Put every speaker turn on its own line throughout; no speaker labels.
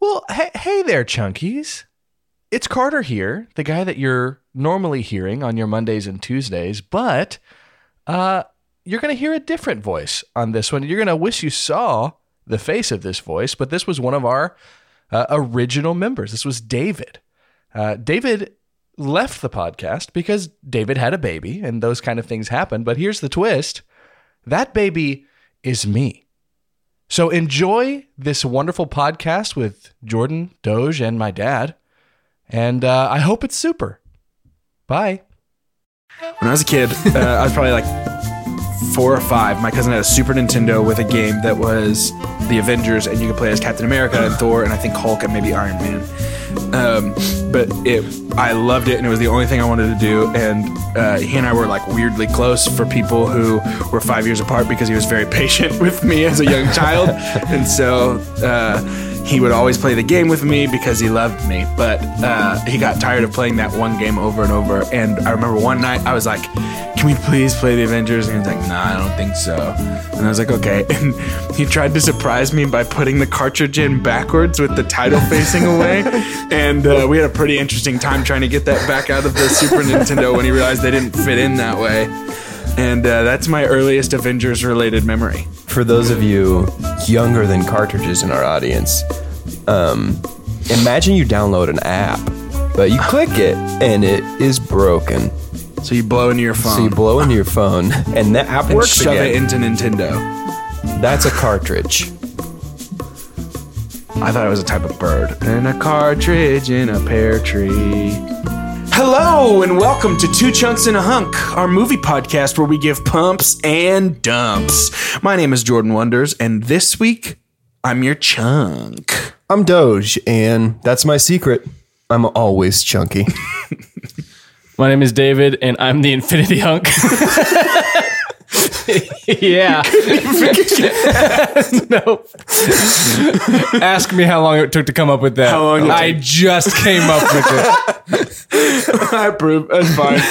Well, hey, hey there, Chunkies. It's Carter here, the guy that you're normally hearing on your Mondays and Tuesdays, but uh, you're going to hear a different voice on this one. You're going to wish you saw the face of this voice, but this was one of our uh, original members. This was David. Uh, David left the podcast because David had a baby and those kind of things happen. But here's the twist that baby is me. So enjoy this wonderful podcast with Jordan, Doge, and my dad. And uh, I hope it's super. Bye.
When I was a kid, uh, I was probably like four or five. My cousin had a Super Nintendo with a game that was the Avengers, and you could play as Captain America and Thor, and I think Hulk and maybe Iron Man. Um, but it, I loved it, and it was the only thing I wanted to do. And uh, he and I were like weirdly close for people who were five years apart because he was very patient with me as a young child, and so. Uh, he would always play the game with me because he loved me, but uh, he got tired of playing that one game over and over. And I remember one night I was like, "Can we please play the Avengers?" And he was like, "Nah, I don't think so." And I was like, "Okay." And he tried to surprise me by putting the cartridge in backwards with the title facing away, and uh, we had a pretty interesting time trying to get that back out of the Super Nintendo when he realized they didn't fit in that way. And uh, that's my earliest Avengers-related memory.
for those of you younger than cartridges in our audience, um, imagine you download an app, but you click it and it is broken.
So you blow into your phone.
So you blow into your phone, and that app
and
works
shove
again.
it into Nintendo.
That's a cartridge.
I thought it was a type of bird. And a cartridge in a pear tree. Hello, and welcome to Two Chunks in a Hunk, our movie podcast where we give pumps and dumps. My name is Jordan Wonders, and this week, I'm your chunk.
I'm Doge, and that's my secret. I'm always chunky.
My name is David, and I'm the Infinity Hunk. yeah. nope. Ask me how long it took to come up with that.
How long it
I just came up with it.
I approve. That's fine.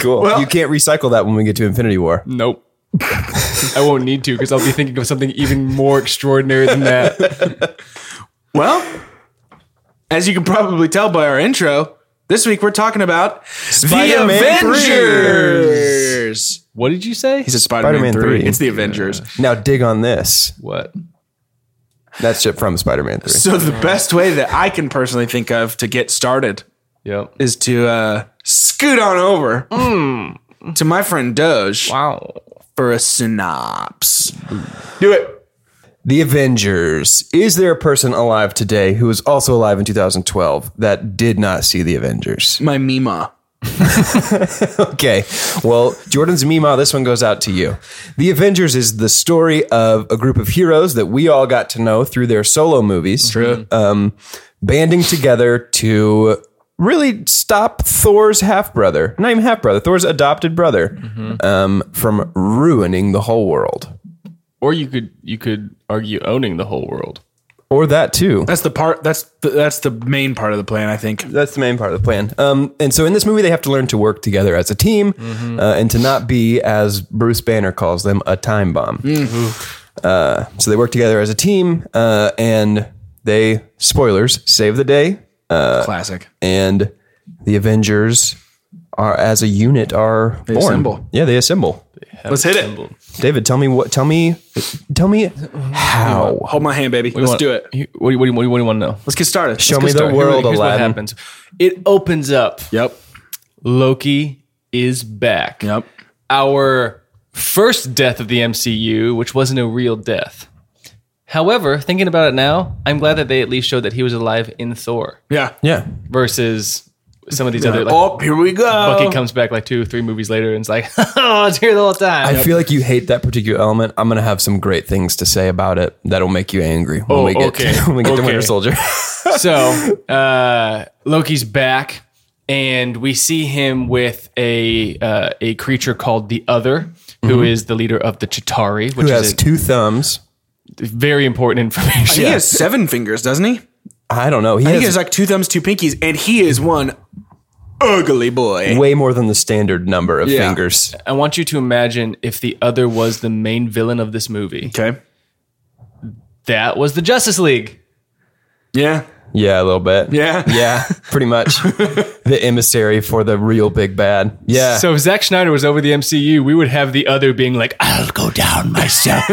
Cool. Mm. you can't recycle that when we get to Infinity War.
Nope. I won't need to because I'll be thinking of something even more extraordinary than that.
well, as you can probably tell by our intro, this week we're talking about
Spider-Man
the
3.
Avengers.
What did you say?
He said Spider-Man,
Spider-Man
3.
3.
It's the Avengers.
Now dig on this.
what?
That's it from Spider-Man 3.
So the best way that I can personally think of to get started
Yep.
is to uh, scoot on over to my friend Doge
Hmm. Wow.
for a synopsis. Do it.
The Avengers. Is there a person alive today who is also alive in 2012 that did not see The Avengers?
My Mima.
Okay. Well, Jordan's Mima, this one goes out to you. The Avengers is the story of a group of heroes that we all got to know through their solo movies. True. Um, banding together to really stop Thor's half brother, not even half brother, Thor's adopted brother, um, from ruining the whole world.
Or you could you could argue owning the whole world.
Or that too.
That's the part. That's the, that's the main part of the plan. I think.
That's the main part of the plan. Um, and so in this movie, they have to learn to work together as a team
Mm-hmm.
uh, and to not be, as Bruce Banner calls them, a time bomb.
Mm-hmm.
Uh, so they work together as a team uh, and they, spoilers, save the day.
Classic.
And the Avengers are, as a unit, are they born.
assemble.
Yeah, they assemble.
Let's hit it.
David, tell me what, tell me, tell me how.
Hold my hand, baby. Let's do it.
What do you, what do you, what do you want to know?
Let's get started.
Show
Let's
me
get
the
started.
world,
Here's what
Aladdin.
happens. It opens up.
Yep.
Loki is back.
Yep.
Our first death of the MCU, which wasn't a real death. However, thinking about it now, I'm glad that they at least showed that he was alive in Thor
Yeah.
Yeah.
versus some of these other like
oh, here we go.
Bucky comes back like two, three movies later and it's like, oh, I was here the whole time.
I feel like you hate that particular element. I'm gonna have some great things to say about it that'll make you angry when
Oh,
we get
okay.
to, when we get to
Okay.
Winter Soldier.
so uh, Loki's back, and we see him with a uh, a creature called the Other, who is the leader of the Chitari, which
Who
is
has
a
two thumbs?
very important information.
He has seven fingers, doesn't he?
I don't know. He
He
has
has like two thumbs, two pinkies, and he is one ugly boy.
way more than the standard number of
Yeah.
fingers.
I want you to imagine if the Other was the main villain of this movie.
Okay.
That was the Justice League.
Yeah.
Yeah, a little bit.
Yeah.
Yeah, pretty much. the emissary for the real big bad. Yeah.
So if Zack Schneider was over the MCU, we would have the other being like, I'll go down myself.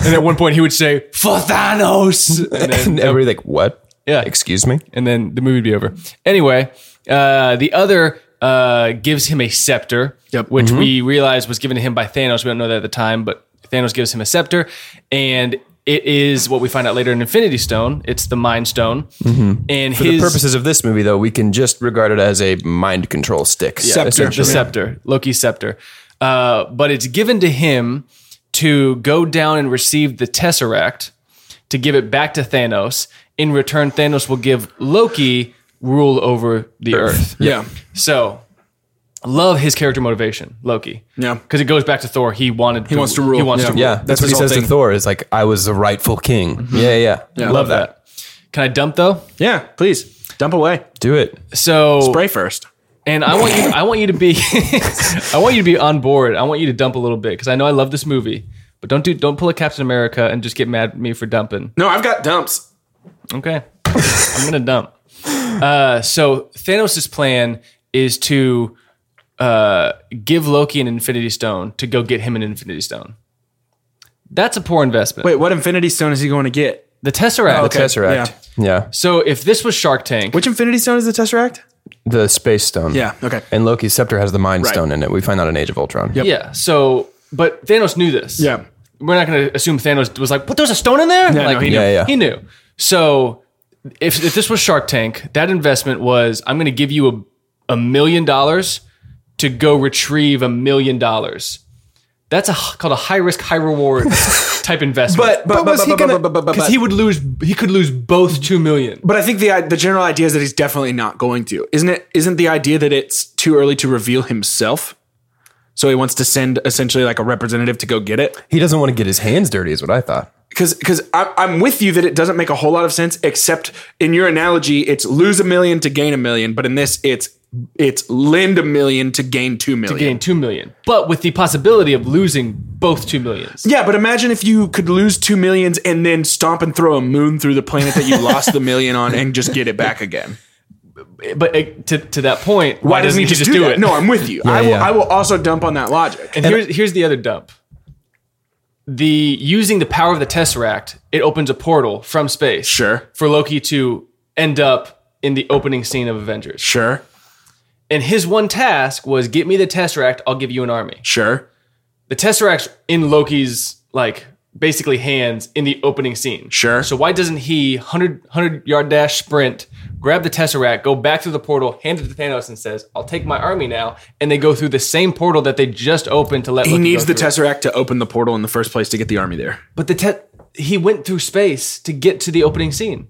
and at one point he would say, For Thanos. And then,
and everybody like, what?
Yeah.
Excuse me?
and then the movie would be over. Anyway, uh, the other uh, gives him a scepter,
Yep.
which we realize was given to him by Thanos. We don't know that at the time, but Thanos gives him a scepter, and it is what we find out later in Infinity Stone. It's the Mind Stone, and
For
his
the purposes of this movie, though, we can just regard it as a mind control stick.
the scepter, Loki's scepter. Uh, but it's given to him to go down and receive the Tesseract to give it back to Thanos. In return, Thanos will give Loki rule over the Earth.
Yeah.
So, love his character motivation, Loki.
Yeah.
because it goes back to Thor. He wanted. He
wants to rule.
He wants
Yeah.
to rule.
Yeah,
That's
that's, what
his
he
whole
says
thing. Mm-hmm.
to Thor. Is like, I was the rightful king. Yeah, yeah,
Yeah.
Love that. Can I dump though?
Yeah. Please dump away.
Do it.
So
Spray first.
and I want you. I want you to be. I want you to be on board. I want you to dump a little bit because I know I love this movie, but don't do. Don't pull a Captain America and just get mad at me for dumping.
No, I've got dumps.
Okay. I'm going to dump. Uh, so Thanos' plan is to uh, give Loki an Infinity Stone to go get him an Infinity Stone. That's a poor investment.
Wait, what Infinity Stone is he going to get? Oh,
the Tesseract.
The Tesseract. Yeah.
So if this was Shark Tank,
Which Infinity Stone is the Tesseract?
The space stone.
Yeah. Okay.
And Loki's scepter has the mind stone in it. We find that in Age of Ultron. Yep.
yeah. So, but Thanos knew this.
Yeah.
We're not going to assume Thanos was like, "What? There's a stone in there."
no,
like,
he
knew. Yeah, yeah.
He knew. So, if if this was Shark Tank, that investment was, "I'm going to give you a a million dollars to go retrieve a million dollars." That's a, called a high risk, high reward type investment.
But- but- But was but- he but- gonna- but- but- but-
Because he would lose. He could lose both two million.
But I think the the general idea is that he's definitely not going to. Isn't it? Isn't the idea that it's too early to reveal himself? So he wants to send essentially like a representative to go get it.
He doesn't want to get his hands dirty, is what I thought.
because because I'm with you that it doesn't make a whole lot of sense. Except in your analogy, it's lose a million to gain a million, but in this, it's it's lend a million to gain two million.
Gain two million, but with the possibility of losing both two millions.
yeah, but imagine if you could lose two millions and then stomp and throw a moon through the planet that you lost the million on and just get it back again.
But uh, to, to that point,
Why, doesn't he just, do,
it?
that? No, I'm with you. I will.
yeah.
I will also dump on that logic.
And, here's here's the other dump. The using the power of the Tesseract, it opens a portal from space.
Sure.
For Loki to end up in the opening scene of Avengers.
Sure,
And his one task was get me the Tesseract, I'll give you an army.
sure,
The Tesseract's in Loki's like basically hands in the opening scene.
Sure.
So why doesn't he 100 100 yard dash sprint, grab the Tesseract, go back through the portal, hand it to Thanos and says, "I'll take my army now." And they go through the same portal that they just opened to let
he
Loki
needs
go
the
through.
tesseract to open the portal in the first place to get the army there.
But the te- he went through space to get to the opening scene.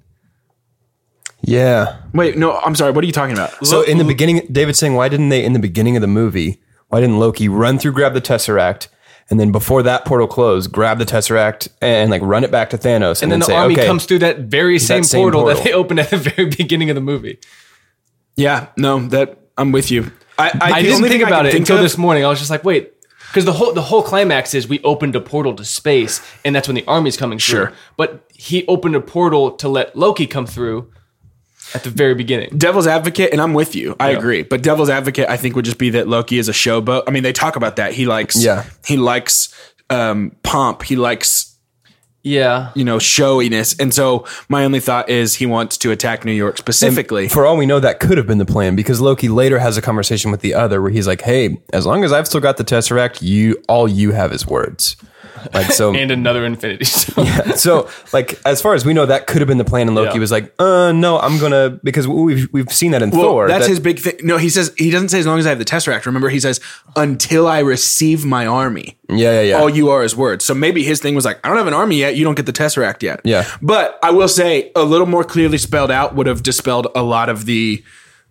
Yeah.
Wait, no, I'm sorry. What are you talking about?
So in the beginning, David's saying, why didn't they in the beginning of the movie? Why didn't Loki run through, grab the tesseract, and then before that portal closed, grab the tesseract and like run it back to Thanos, and,
And then the
say,
army
okay,
comes through that very same,
same
portal, that
portal.
they opened at the very beginning of the movie.
Yeah, no, that I'm with you. I, I,
I
the
didn't
only
think
thing I
about
could
it
think
until
of-
this morning. I was just like, wait, because the whole the whole climax is we opened a portal to space, and that's when the army's coming
Sure.
through. But he opened a portal to let Loki come through at the very beginning.
devil's advocate, and I'm with you. I agree. But devil's advocate, I think, would just be that Loki is a showboat. I mean, they talk about that. He likes,
Yeah.
he likes um, pomp. He likes,
Yeah,
you know, showiness. And so my only thought is he wants to attack New York specifically.
For all we know, that could have been the plan because Loki later has a conversation with the other where he's like, "Hey, as long as I've still got the Tesseract, you all you have is words." Like so,
and another Infinity Stone.
so like as far as we know, that could have been the plan. And Loki
Yeah.
was like, "Uh, no, I'm gonna because we've we've seen that in
Well,
Thor.
that's
that-
his big thing. No, he says he doesn't say as long as I have the tesseract. Remember, he says until I receive my army.
yeah, yeah, yeah.
all you are is words. So maybe his thing was like, I don't have an army yet. You don't get the Tesseract yet.
Yeah.
But I will say, a little more clearly spelled out would have dispelled a lot of the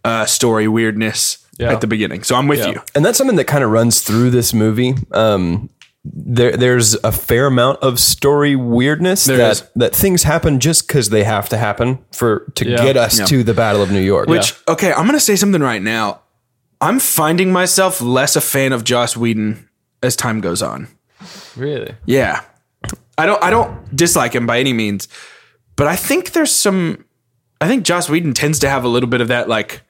uh, story weirdness at the beginning. So I'm with you.
and that's something that kind of runs through this movie. Um, there, there's a fair amount of story weirdness that
is.
that things happen just because they have to happen for to get us to the Battle of New York.
Which, okay, I'm going to say something right now. I'm finding myself less a fan of Joss Whedon as time goes on.
really?
Yeah. I don't I don't dislike him by any means, But I think there's some. I think Joss Whedon tends to have a little bit of that like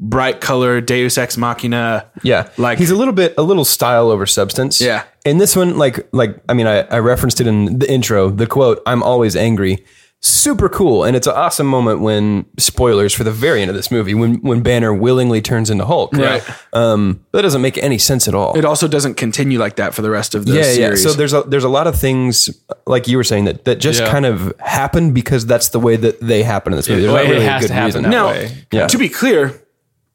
bright color Deus Ex Machina.
Yeah,
Like-
he's a little bit a little style over substance.
Yeah.
and this one, like, like I mean, I, I referenced it in the intro. The quote, "I'm always angry." Super cool, and it's an awesome moment when spoilers for the very end of this movie, when when Banner willingly turns into Hulk.
Right.
um, that doesn't make any sense at all.
It also doesn't continue like that for the rest of the
yeah,
series.
yeah. So there's a there's a lot of things like you were saying that that just
Yeah.
kind of happen because that's the way that they happen in this movie. There's
Well,
not
it
really a
has
good
to happen
reason.
that
now,
way.
Yeah. Oh,
to be clear,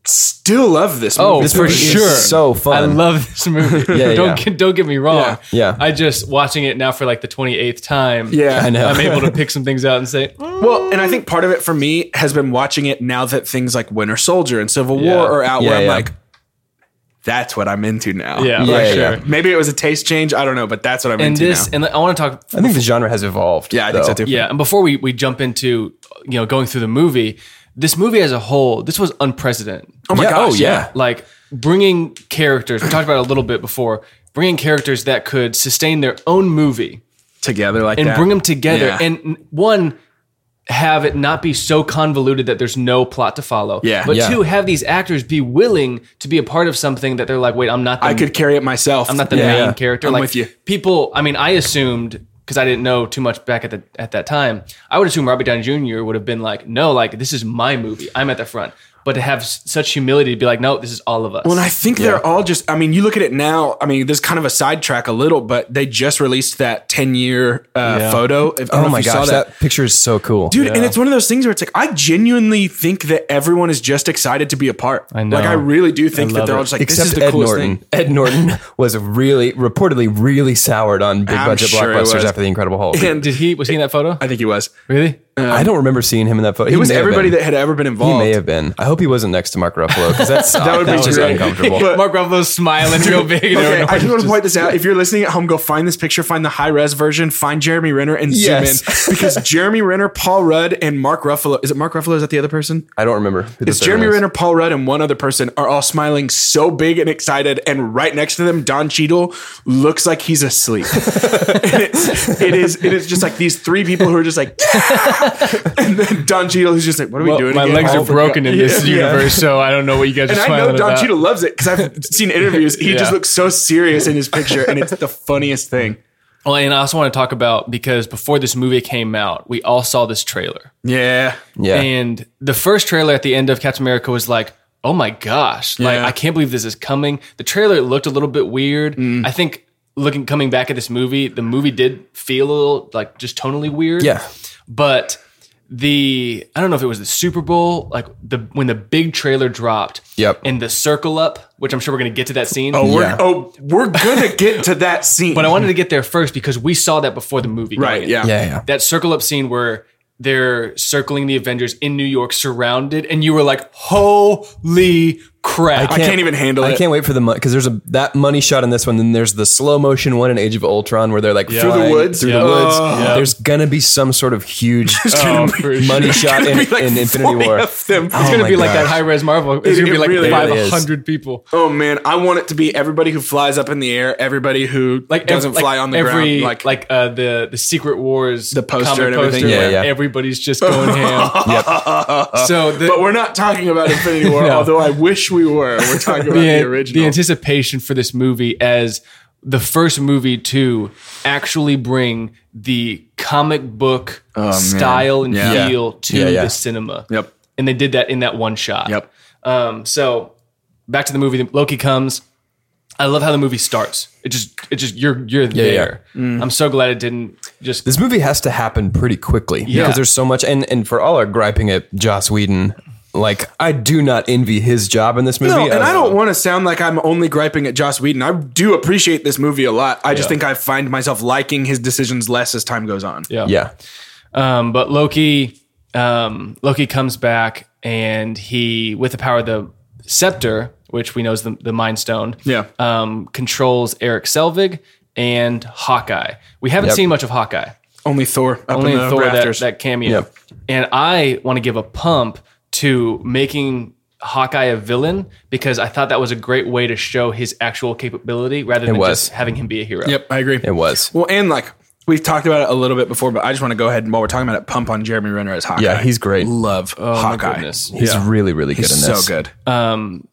still love this movie.
This movie is so fun.
I love this movie.
Yeah,
don't
yeah.
Get, don't get me wrong.
Yeah.
Yeah.
I just watching it now for like the twenty eighth time.
Yeah.
I know.
I'm able to pick some things out and say, "Mm,
Well, and I think part of it for me has been watching it now that things like Winter Soldier and Civil
Yeah.
War are out,
Yeah,
where I'm
yeah.
like, that's what I'm into now.
yeah,
Yeah,
for
yeah.
sure.
Maybe it was a taste change. I don't know, but that's what I'm
And
into
this,
now.
and I want to talk
I think the genre has evolved.
Yeah, I think
though.
so too.
Yeah, and before we we jump into you know going through the movie, this movie as a whole, this was unprecedented.
Oh my
Yeah,
gosh.
oh, yeah.
Like bringing characters, we talked about it a little bit before, bringing characters that could sustain their own movie
Together like
and
that.
bring them together
Yeah.
and n- one have it not be so convoluted that there's no plot to follow.
Yeah.
But
Yeah.
two, have these actors be willing to be a part of something that they're like, wait, I'm not the
I could carry it myself.
I'm not the
Yeah.
main
yeah.
character.
I'm
like
with you.
people, I mean, I assumed because I didn't know too much back at the at that time. I would assume Robert Downey Jr. would have been like, "No, like this is my movie. I'm at the front." But to have s- such humility to be like, "No, this is all of us."
Well, and I think they're all just. I mean, you look at it now. I mean, this is kind of a sidetrack a little, but they just released that ten year uh, photo. If, I don't know
Oh
if
my
you saw
gosh, that. picture is so cool,
dude. And it's one of those things where it's like I genuinely think that everyone is just excited to be a part. I
know.
Like I really do think that
love
they're all
it.
just like
Except
this is the
Ed
coolest
Norton.
thing.
Ed Norton was really, reportedly, really soured on big
I'm
budget
sure he was.
blockbusters after The Incredible Hulk.
And
did he was he in that photo?
I think he was.
really?
I don't remember seeing him in that photo.
It was everybody that had ever been
He
involved.
may have been. I hope he wasn't next to Mark Ruffalo because that's that
would be
just
great.
uncomfortable.
But-
Mark Ruffalo's smiling real big. and
Okay,
everyone
I just want to point this out. If you're listening at home, go find this picture, find the high res version, find Jeremy Renner, and
Yes.
zoom in because Jeremy Renner, Paul Rudd, and Mark Ruffalo. Is it Mark Ruffalo? Is that the other person?
I don't remember. who the
It's
third
Jeremy
one is.
Renner, Paul Rudd, and one other person are all smiling so big and excited, and right next to them, Don Cheadle looks like he's asleep. and it's, it is it is just like these three people who are just like, and then Don Cheadle who's just like, what are we
Well,
doing?
my
again?
legs
Oh,
are broken in this
yeah.
universe, so I don't know what you guys
And
are
I
smiling
know Don
about.
Cheadle loves it because I've seen interviews. He
Yeah.
just looks so serious in his picture, and it's the funniest thing.
Well, and I also want to talk about because before this movie came out, we all saw this trailer.
Yeah,
Yeah.
And the first trailer at the end of Captain America was like, oh my gosh, like
Yeah.
I can't believe this is coming. The trailer looked a little bit weird.
Mm.
I think looking coming back at this movie, the movie did feel a little like just tonally weird.
Yeah.
But the I don't know if it was the Super Bowl, like the when the big trailer dropped.
Yep.
And the circle up, which I'm sure we're gonna get to that scene.
oh, we're
Yeah.
oh we're gonna get to that scene.
But I wanted to get there first because we saw that before the movie. going
right,
in
yeah,
Yeah, yeah.
that circle up scene where they're circling the Avengers in New York, surrounded, and you were like, "Holy crap!"
I can't even handle
I
it.
can't wait for the money because there's a that money shot in this one. Then there's the slow motion one in Age of Ultron where they're like
the
flying
woods?
Through
Yeah.
the woods.
Oh.
Yeah.
There's gonna be some sort of huge
Oh, for sure.
money shot in,
Be like
in Infinity
40
War. Oh
of them.
It's gonna
my
be like that
gosh.
high res Marvel. It's
It-
gonna be
it
like
really
five
is.
hundred people.
Oh man, I want it to be everybody who flies up in the air, everybody who
Like ev-
doesn't
like
fly on the
every,
ground,
like like uh, the the Secret Wars, the
poster and everything.
Yeah,
where
yeah.
everybody's just going ham. So the,
But we're not talking about Infinity War,
No.
although I wish we were. We're talking about the,
the,
original.
the anticipation for this movie as the first movie to actually bring the comic book style and
Oh, Yeah.
feel to
Yeah, yeah.
the cinema.
Yep.
And they did that in that one shot.
Yep.
Um, so back to the movie. Loki comes. I love how the movie starts. It just, it just, you're, you're there.
Mm.
I'm so glad it didn't just.
This movie has to happen pretty quickly because there's so much. And and for all our griping at Joss Whedon, like I do not envy his job in this movie.
no, and I
uh,
don't
want
want to sound like I'm only griping at Joss Whedon. I do appreciate this movie a lot. I just think I find myself liking his decisions less as time goes on.
yeah.
Yeah,
Um, but Loki, um, Loki comes back and he, with the power of the scepter, which we know is the, the Mind Stone,
Yeah.
um, controls Eric Selvig and Hawkeye. We haven't seen much of Hawkeye,
Only Thor up
only
in the
in Thor that,
rafters.
that cameo.
Yep.
And I want to give a pump to making Hawkeye a villain because I thought that was a great way to show his actual capability rather than
was.
just having him be a hero.
yep, I agree.
it was.
Well, and like We've talked about it a little bit before, but I just want to go ahead and while we're talking about it, pump on Jeremy Renner as Hawkeye.
Yeah, he's great.
Love Hawkeye.
Oh, goodness.
He's really, really good in
He's
this.
so good.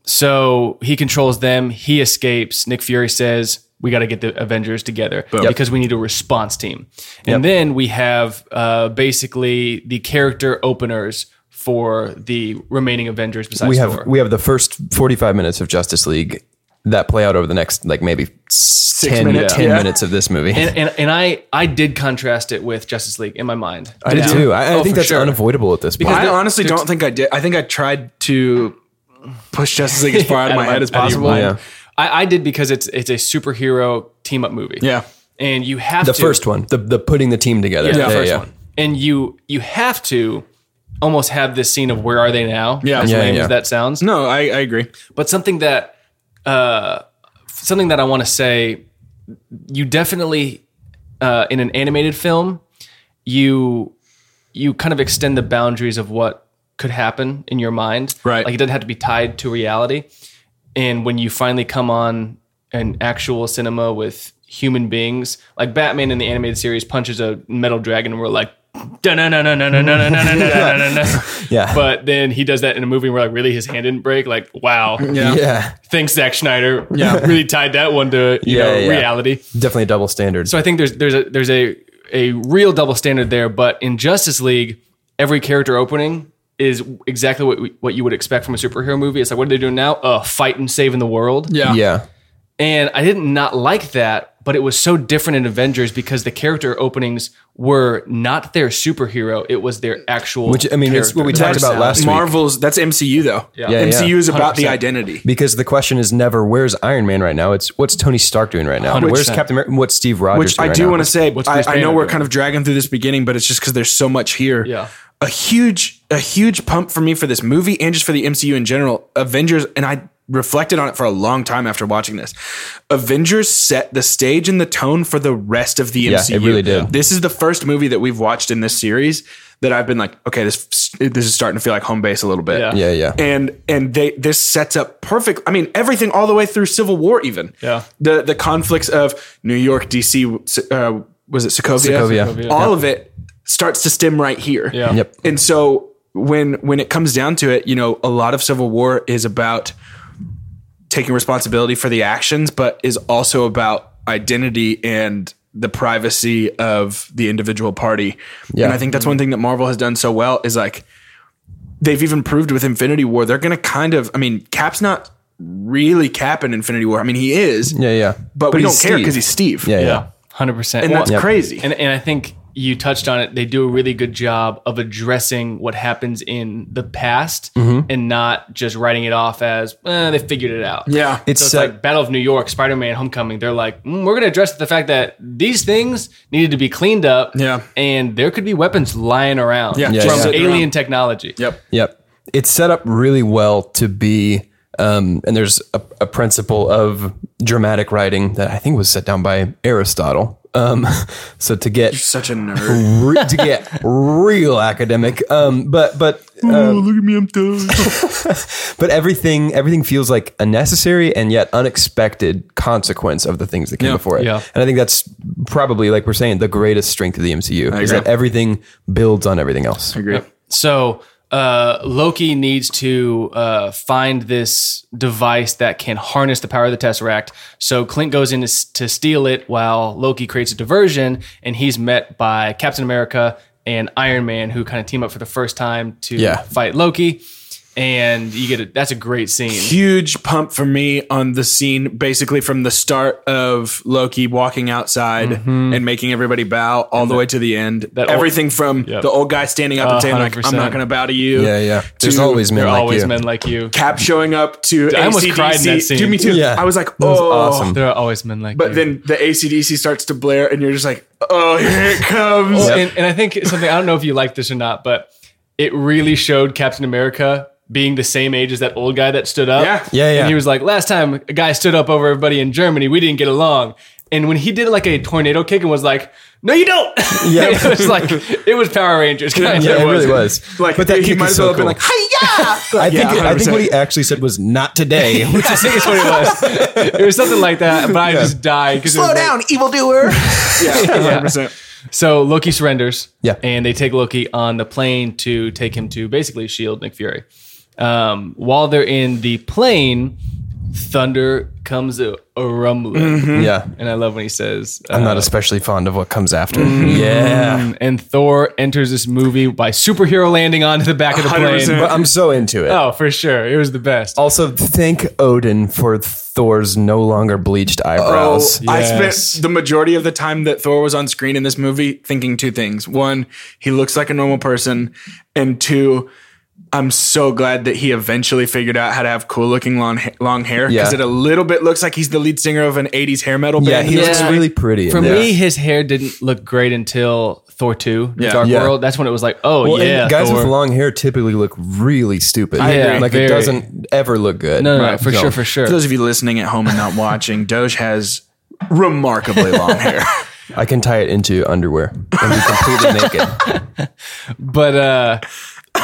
So he controls them. He escapes. Nick Fury says, "We got to get the Avengers together because we need a response team." And then we have uh, basically the character openers for the remaining Avengers besides
we
Thor.
have we have the first 45 minutes of Justice League that play out over the next like maybe s- 10
minutes,
10
yeah.
minutes of this movie.
and, and, and I I did contrast it with Justice League in my mind.
I do too. I, I
Oh,
think
for
that's
sure.
unavoidable at this point.
I honestly don't think I did. I think I tried to push Justice League as far out of my head as possible.
yeah.
I, I did because it's it's a superhero team up movie.
Yeah.
and you have
the
to,
first one, the the putting the team together.
yeah, the first one, and you you have to almost have this scene of where are they now?
Yeah.
as
Yeah,
lame
yeah.
as that sounds.
No, I, I agree.
but something that uh, something that I want to say, you definitely uh, in an animated film, you you kind of extend the boundaries of what could happen in your mind.
Right.
Like it doesn't have to be tied to reality. And when you finally come on an actual cinema with human beings, like Batman in the animated series punches a metal dragon and we're like, no no no no no no no no no no no
Yeah.
But then he does that in a movie and we're like, really his hand didn't break? Like, wow.
Yeah.
Yeah.
Yeah.
Thanks, Zack Schneider. Yeah. really tied that one to you
Yeah,
know
yeah.
reality.
Definitely a double standard.
So I think there's there's a there's a a real double standard there, but in Justice League, every character opening is exactly what we, what you would expect from a superhero movie. It's like what are they doing now? Uh fighting, saving the world.
Yeah.
yeah.
And I didn't not like that, but it was so different in Avengers because the character openings were not their superhero, it was their actual
Which I mean, it's what we
character.
talked about last week.
uh, Marvel's that's MCU though.
Yeah,
MCU
yeah.
is about the identity.
Because the question is never where's Iron Man right now. It's what's Tony Stark doing right now. Where's
100%.
Captain America? What's Steve Rogers?
Which
doing
I
right
do
now?
want to say, I,
Bruce
I know
Banner
we're
doing?
kind of dragging through this beginning, but it's just because there's so much here.
Yeah.
A huge, a huge pump for me for this movie and just for the MCU in general. Avengers, and I reflected on it for a long time after watching this. Avengers set the stage and the tone for the rest of the MCU.
it really did.
This is the first movie that we've watched in this series that I've been like, okay, this this is starting to feel like home base a little bit.
Yeah.
Yeah, yeah.
And and they this sets up perfect. I mean, everything all the way through Civil War, even
Yeah.
the the conflicts of New York, DC, uh, was it Sokovia?
Sokovia. Sokovia.
All of it starts to stem right here.
Yeah.
Yep.
And so when when it comes down to it, you know, a lot of Civil War is about taking responsibility for the actions, but is also about identity and the privacy of the individual party.
Yeah.
And I think that's one thing that Marvel has done so well is like they've even proved with Infinity War, they're going to kind of, I mean, Cap's not really Cap in Infinity War. I mean, he is,
Yeah, yeah.
but, we don't
he's
care
Steve.
because he's Steve.
Yeah, yeah.
Yeah, hundred percent.
And that's crazy.
And and I think you touched on it. They do a really good job of addressing what happens in the past
Mm-hmm.
and not just writing it off as eh, they figured it out.
Yeah.
It's,
so it's
uh,
like Battle of New York, Spider Man, Homecoming. They're like, "Mm, we're going to address the fact that these things needed to be cleaned up.
Yeah.
and there could be weapons lying around.
Yeah,
just
from
sitting
alien
around.
technology.
Yep.
Yep. It's set up really well to be, um, and there's a, a principle of dramatic writing that I think was set down by Aristotle. Um, so to get
Such a nerd.
re- to get real academic, um, but but um,
look at me, I'm done.
but everything everything feels like a necessary and yet unexpected consequence of the things that came before it.
yeah.
And I think that's probably like we're saying the greatest strength of the MCU is
agree.
that everything builds on everything else.
agree.
So uh, Loki needs to uh, find this device that can harness the power of the Tesseract. So Clint goes in to, s- to steal it while Loki creates a diversion, and he's met by Captain America and Iron Man, who kind of team up for the first time to
Yeah.
fight Loki. And you get it. That's a great scene.
Huge pump for me on the scene, basically from the start of Loki walking outside
Mm-hmm.
and making everybody bow all the way to the end.
that old-
Everything from
Yep.
the old guy standing up
Uh,
and saying, like, I'm
100%.
not going to bow to you.
Yeah, yeah. There's
to
always men
They're
like
always
you.
men like you.
Cap showing up to
I almost
AC/DC.
cried in that scene.
Dude, me too.
Yeah.
I was like, oh.
That was awesome.
There are always men like you.
But then the ACDC starts to blare, and you're just like, oh, here it comes.
Well, and, and I think it's something I don't know if you like this or not, but it really showed Captain America being the same age as that old guy that stood up.
Yeah.
Yeah, yeah.
And he was like, last time a guy stood up over everybody in Germany, we didn't get along. And when he did like a tornado kick and was like, "No, you don't,"
Yeah.
it was like it was Power Rangers. Kind
Yeah,
of.
it really was.
Like,
but that
he
kick
might
is
as
so
well have
cool.
been like, hi-ya!
I think
Yeah,
I think what
100%.
he actually said was not today. which
I
is-
think it's what it was. It was something like that, but I just died because
Slow down, evildoer. yeah, 100%.
So Loki surrenders.
Yeah.
And they take Loki on the plane to take him to basically shield Nick Fury. Um, while they're in the plane, thunder comes a, a rumbling.
Yeah.
And I love when he says, uh,
I'm not especially fond of what comes after. Yeah.
and Thor enters this movie by superhero landing onto the back of the plane.
100%.
But I'm so into it.
Oh, for sure. It was the best.
Also, thank Odin for Thor's no longer bleached eyebrows.
I
Yes.
spent the majority of the time that Thor was on screen in this movie thinking two things. One, he looks like a normal person. And two, I'm so glad that he eventually figured out how to have cool looking long, ha- long hair because
Yeah.
it a little bit looks like he's the lead singer of an 80s hair metal band.
Yeah, he looks
Yeah.
really pretty. in
For
that.
me, his hair didn't look great until Thor 2, The
Yeah.
Dark
Yeah.
World. That's when it was like, oh,
Well, and
yeah.
guys
Thor.
with long hair typically look really stupid.
agree.
Like
Very.
it doesn't ever look good.
No, no, no, for
So-
sure, for sure.
For those of you listening at home and not watching, Doge has remarkably long hair.
I can tie it into underwear and be completely naked.
but uh,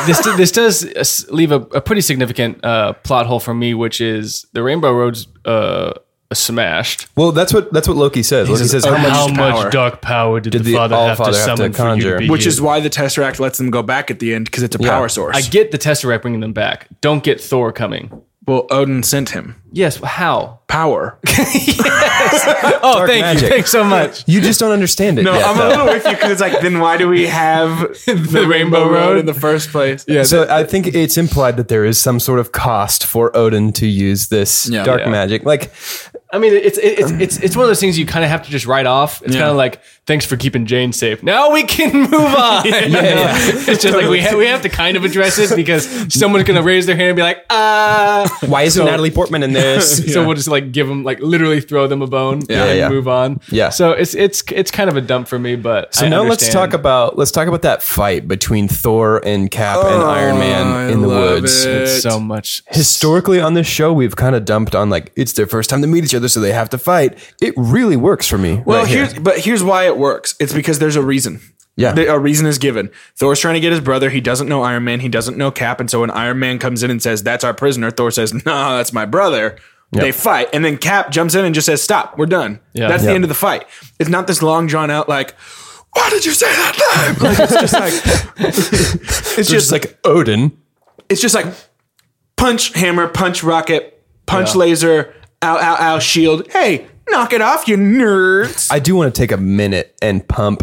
this this does uh, s- leave a, a pretty significant uh, plot hole for me, which is the Rainbow Road's uh, smashed.
Well, that's what that's what Loki says. Loki says how much
power
dark power did,
the Allfather have to conjure?
Which is why the Tesseract lets them go back at the end because it's a power source.
I get the Tesseract bringing them back. Don't get Thor coming.
well, Odin sent him
Yes, how?
power.
Oh, thank you,
magic.
thanks so much.
you just don't understand it.
No,
yet,
I'm
though.
a little with you because it's like, then why do we have the, Rainbow, Road, in the first place? Yeah,
so I think it's implied that there is some sort of cost for Odin to use this
Yeah.
dark
Yeah.
magic. Like
I mean, it's it's
Um,
it's it's one of those things you kind of have to just write off. It's kind of like thanks for keeping Jane safe. Now we can move on. It's just like we ha- we have to kind of address it because someone's gonna raise their hand and be like, ah.
why isn't Natalie Portman in this?
So we'll just like give them like literally throw them a bone and
yeah.
move on.
Yeah.
So it's it's it's kind of a dump for me, but
So now let's talk about let's talk about that fight between Thor and Cap
Oh,
and Iron Man in the woods.
so much.
Historically on this show, we've kind of dumped on like it's their first time to meet each other, so they have to fight. It really works for me.
Well,
right here.
here's but here's why it works. It's because there's a reason.
Yeah.
The- a reason is given. Thor's trying to get his brother. He doesn't know Iron Man. He doesn't know Cap. And so when Iron Man comes in and says, "That's our prisoner," Thor says, "No, that's my brother." They fight, and then Cap jumps in and just says, "Stop, we're done."
Yeah.
That's
Yeah.
the end of the fight. It's not this long drawn out like. Why did you say that name? Like, it's just like it's
It's
just like
like Odin.
it's just like punch hammer, punch rocket, punch laser, ow, ow, ow, shield. Hey, knock it off, you nerds.
I do want to take a minute and pump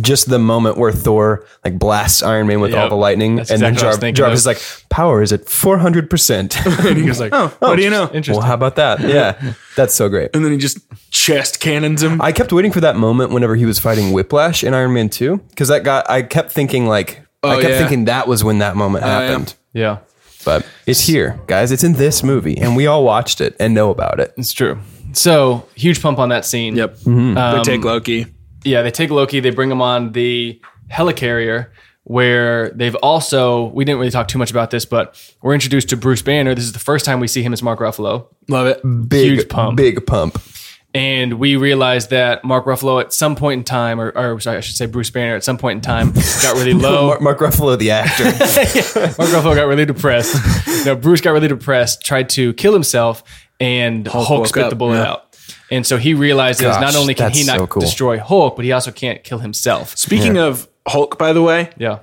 just the moment where Thor like blasts Iron Man with all
Yep.
the lightning,
That's
and
exactly what I was
then Jar-
thinking
Jarvis
of.
is like, "Power is at four hundred percent."
He was like, oh, what do you know?
Well, how about that? Yeah, that's so great.
And then he just chest cannons him.
I kept waiting for that moment whenever he was fighting Whiplash in Iron Man Two because that got I kept thinking like I kept
yeah.
thinking that was when that moment happened.
Oh, Yeah,
But it's here, guys. It's in this movie, and we all watched it and know about it.
it's true. So huge pump on that scene.
yep. they
Um,
take Loki.
Yeah, they take Loki. They bring him on the helicarrier where they've also we didn't really talk too much about this, but we're introduced to Bruce Banner. This is the first time we see him as Mark Ruffalo.
Love it.
Big
Huge pump.
Big pump.
and we realized that Mark Ruffalo at some point in time, or, or sorry, I should say Bruce Banner at some point in time got really low.
Mark, Mark Ruffalo, the actor.
Mark Ruffalo got really depressed. no, Bruce got really depressed, tried to kill himself, and Hulk,
woke
spit
up,
the bullet
yeah.
out. And so he realizes
Gosh,
not only can he
that's
not
so cool.
destroy Hulk, but he also can't kill himself.
Speaking of Hulk, by the way,
Yeah.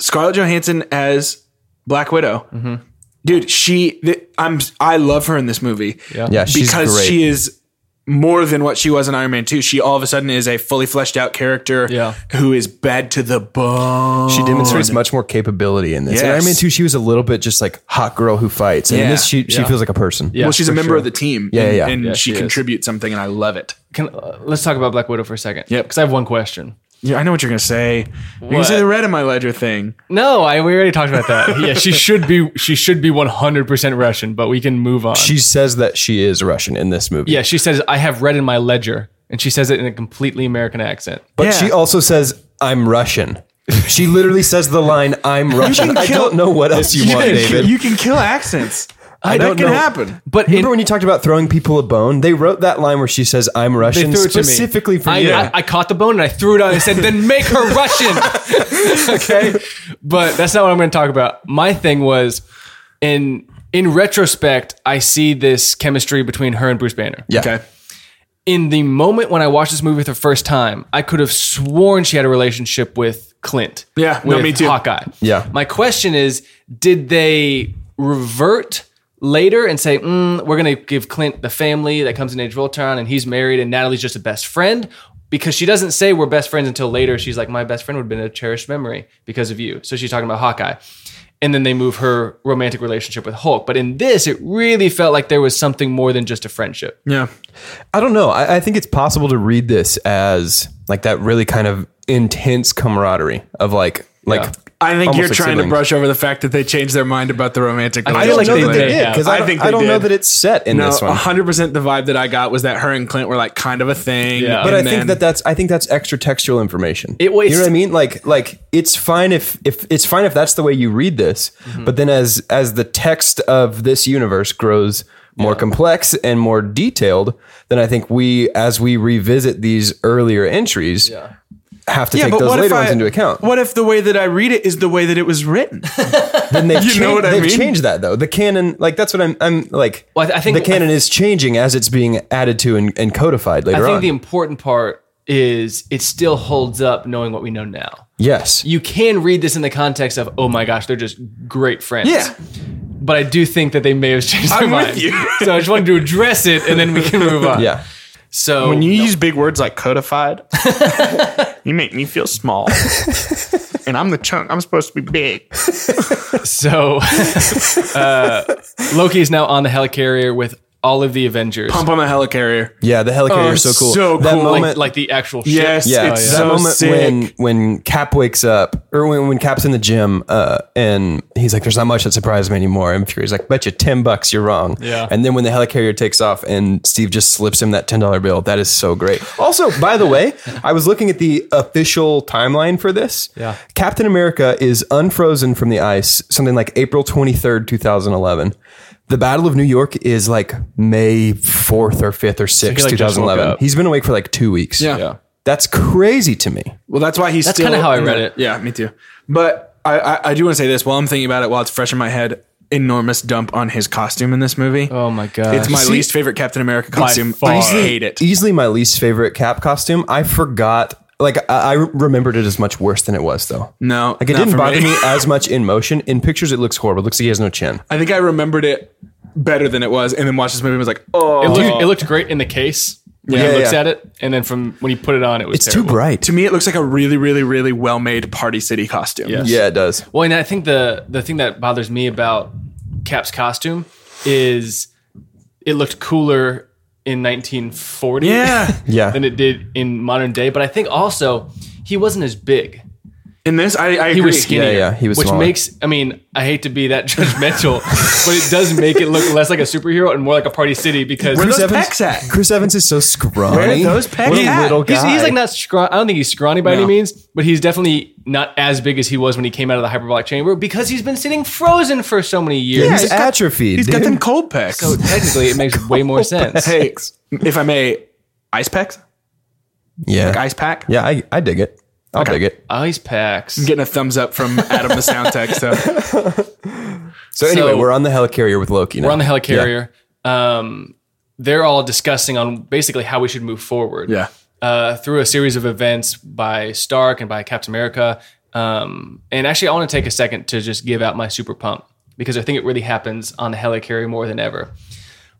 Scarlett Johansson as Black Widow. Dude, she, th- I'm, I love her in this movie.
Yeah, she's
because
great.
she is more than what she was in Iron Man 2. She all of a sudden is a fully fleshed out character
Yeah.
who is bad to the bone.
She demonstrates much more capability in this. In
Oh, Yes.
Iron Man 2, she was a little bit just like hot girl who fights. And in
Yeah.
this, she, she feels like a person.
Yeah,
well, she's a
for
member
sure.
of the team.
Yeah,
and,
yeah.
And
Yeah,
she,
she is.
contributes something, and I love it.
Can, uh, let's talk about Black Widow for a second.
Yep.
Because I have one question.
Yeah, I know what you're going to say. You're going
What?
to say the red in my ledger thing.
No, I we already talked about that. yeah, she should be she should be one hundred percent Russian, but we can move on.
She says that she is Russian in this movie.
yeah, she says I have read in my ledger, and she says it in a completely American accent.
But
Yeah.
she also says, I'm Russian. She literally says the line, I'm Russian. I don't know what else you want, David.
You can kill accents. that
don't
can
know.
happen.
But in-
Remember when you talked about throwing people a bone? They wrote that line where she says, I'm Russian
threw it to me.
specifically for
I,
you.
I, I caught the bone and I threw it out. I said, "Then make her Russian." okay, but that's not what I'm going to talk about. My thing was, in in retrospect, I see this chemistry between her and Bruce Banner.
yeah.
Okay.
in the moment when I watched this movie for the first time, I could have sworn she had a relationship with Clint.
Yeah, no,
with
me too.
Hawkeye.
Yeah.
My question is, did they revert later and say, mm, "We're going to give Clint the family that comes in Age of Ultron, and he's married, and Natalie's just a best friend"? Because she doesn't say we're best friends until later. She's like, "My best friend would have been a cherished memory because of you." So she's talking about Hawkeye. And then they move her romantic relationship with Hulk. But in this, it really felt like there was something more than just a friendship.
Yeah.
I don't know. I, I think it's possible to read this as like that really kind of intense camaraderie of like like.
I think
Almost
you're
like
trying
siblings.
to brush over the fact that they changed their mind about the romantic
I
I
relationship.
don't
like
know
they
that they
did,
did
yeah.
because I,
I
don't-
think
I
they
don't know
did.
that it's set in
No,
this one.
hundred percent. The vibe that I got was that her and Clint were like kind of a thing.
Yeah.
But
and
I think
then-
that that's I think that's extra textual information.
It was-
you know what I mean? Like like it's fine if if it's fine if that's the way you read this.
Mm-hmm.
But then as as the text of this universe grows more complex and more detailed, then I think we as we revisit these earlier entries have to take those later ones into account.
What if the way that I read it is the way that it was written?
then they've,
You know
changed-
what I
they've
mean?
changed that though. The canon like that's what I'm I'm like
Well, I th- I think-
the canon is changing as it's being added to and, and codified later
I think
on.
the important part is it still holds up knowing what we know now.
yes.
You can read this in the context of, oh my gosh, they're just great friends.
Yeah.
But I do think that they may have changed their
I'm with
mind.
you.
so I just wanted to address it and then we can move on.
yeah.
So
When you use big words like codified, you make me feel small. and I'm the chunk. I'm supposed to be big.
so uh, Loki is now on the helicarrier with all of the Avengers.
Pump on the helicarrier.
Yeah, the helicarrier
Oh,
is so cool.
so
That
cool.
moment,
like, like the actual ship.
Yes,
yeah,
it's
that
so
moment
sick.
when when Cap wakes up, or when, when Cap's in the gym, uh, and he's like, "There's not much that surprised me anymore." And Fury's like, "Bet you ten bucks you're wrong."
Yeah.
And then when the helicarrier takes off, and Steve just slips him that ten dollar bill, that is so great. Also, by the way, I was looking at the official timeline for this.
Yeah.
Captain America is unfrozen from the ice, something like April twenty third, two thousand eleven. The Battle of New York is like May fourth or fifth or sixth,
like,
two
just woke
thousand eleven.
up.
He's been awake for like two weeks.
Yeah. Yeah.
That's crazy to me.
Well, that's why he's that's
kinda how I read it.
Yeah, me too. But I, I, I do want to say this while I'm thinking about it, while it's fresh in my head, enormous dump on his costume in this movie.
Oh my gosh.
It's my least favorite Captain America costume.
far.
I hate it.
Easily my least favorite cap costume. I forgot. Like I, I remembered it as much worse than it was though.
No,
Like it
not
didn't
for
bother
me.
me as much in motion. In pictures, it looks horrible. It looks like he has no chin.
I think I remembered it better than it was, and then watched this movie and was like, oh.
it, looked, it looked great in the case when
Yeah,
he looks
yeah.
at it. And then from when he put it on, it was
It's
terrible.
too bright.
to me, it looks like a really, really, really well made Party City costume.
Yes.
yeah, it does.
Well, and I think the the thing that bothers me about Cap's costume is it looked cooler in 1940
Yeah.
Yeah.
than it did in modern day. But I think also he wasn't as big.
In this, I, I
He
agree.
was skinnier.
yeah, he was
Which
smaller.
makes I mean, I hate to be that judgmental, but it does make it look less like a superhero and more like a party city because
Where are those
Evans-
pecs at?
Chris Evans is so scrawny.
Where are those pecs
What a
at?
little
He's,
guy.
he's like not scrawny. I don't think he's scrawny by
No.
any means, but he's definitely not as big as he was when he came out of the hyperbolic chamber because he's been sitting frozen for so many years.
He's
he's got-
atrophied.
He's got
dude.
them cold pecs.
So technically, it makes way more sense.
hey, if I may, ice pecs?
yeah.
Ice pack?
yeah, I, I dig it. I'll dig it.
Ice packs.
Getting a thumbs up from Adam the sound tech. So
So anyway, we're on the helicarrier with Loki. Now.
We're on the helicarrier. Um, they're all discussing on basically how we should move forward.
Yeah.
Uh, through a series of events by Stark and by Captain America. Um, and actually, I want to take a second to just give out my super pump because I think it really happens on the helicarrier more than ever.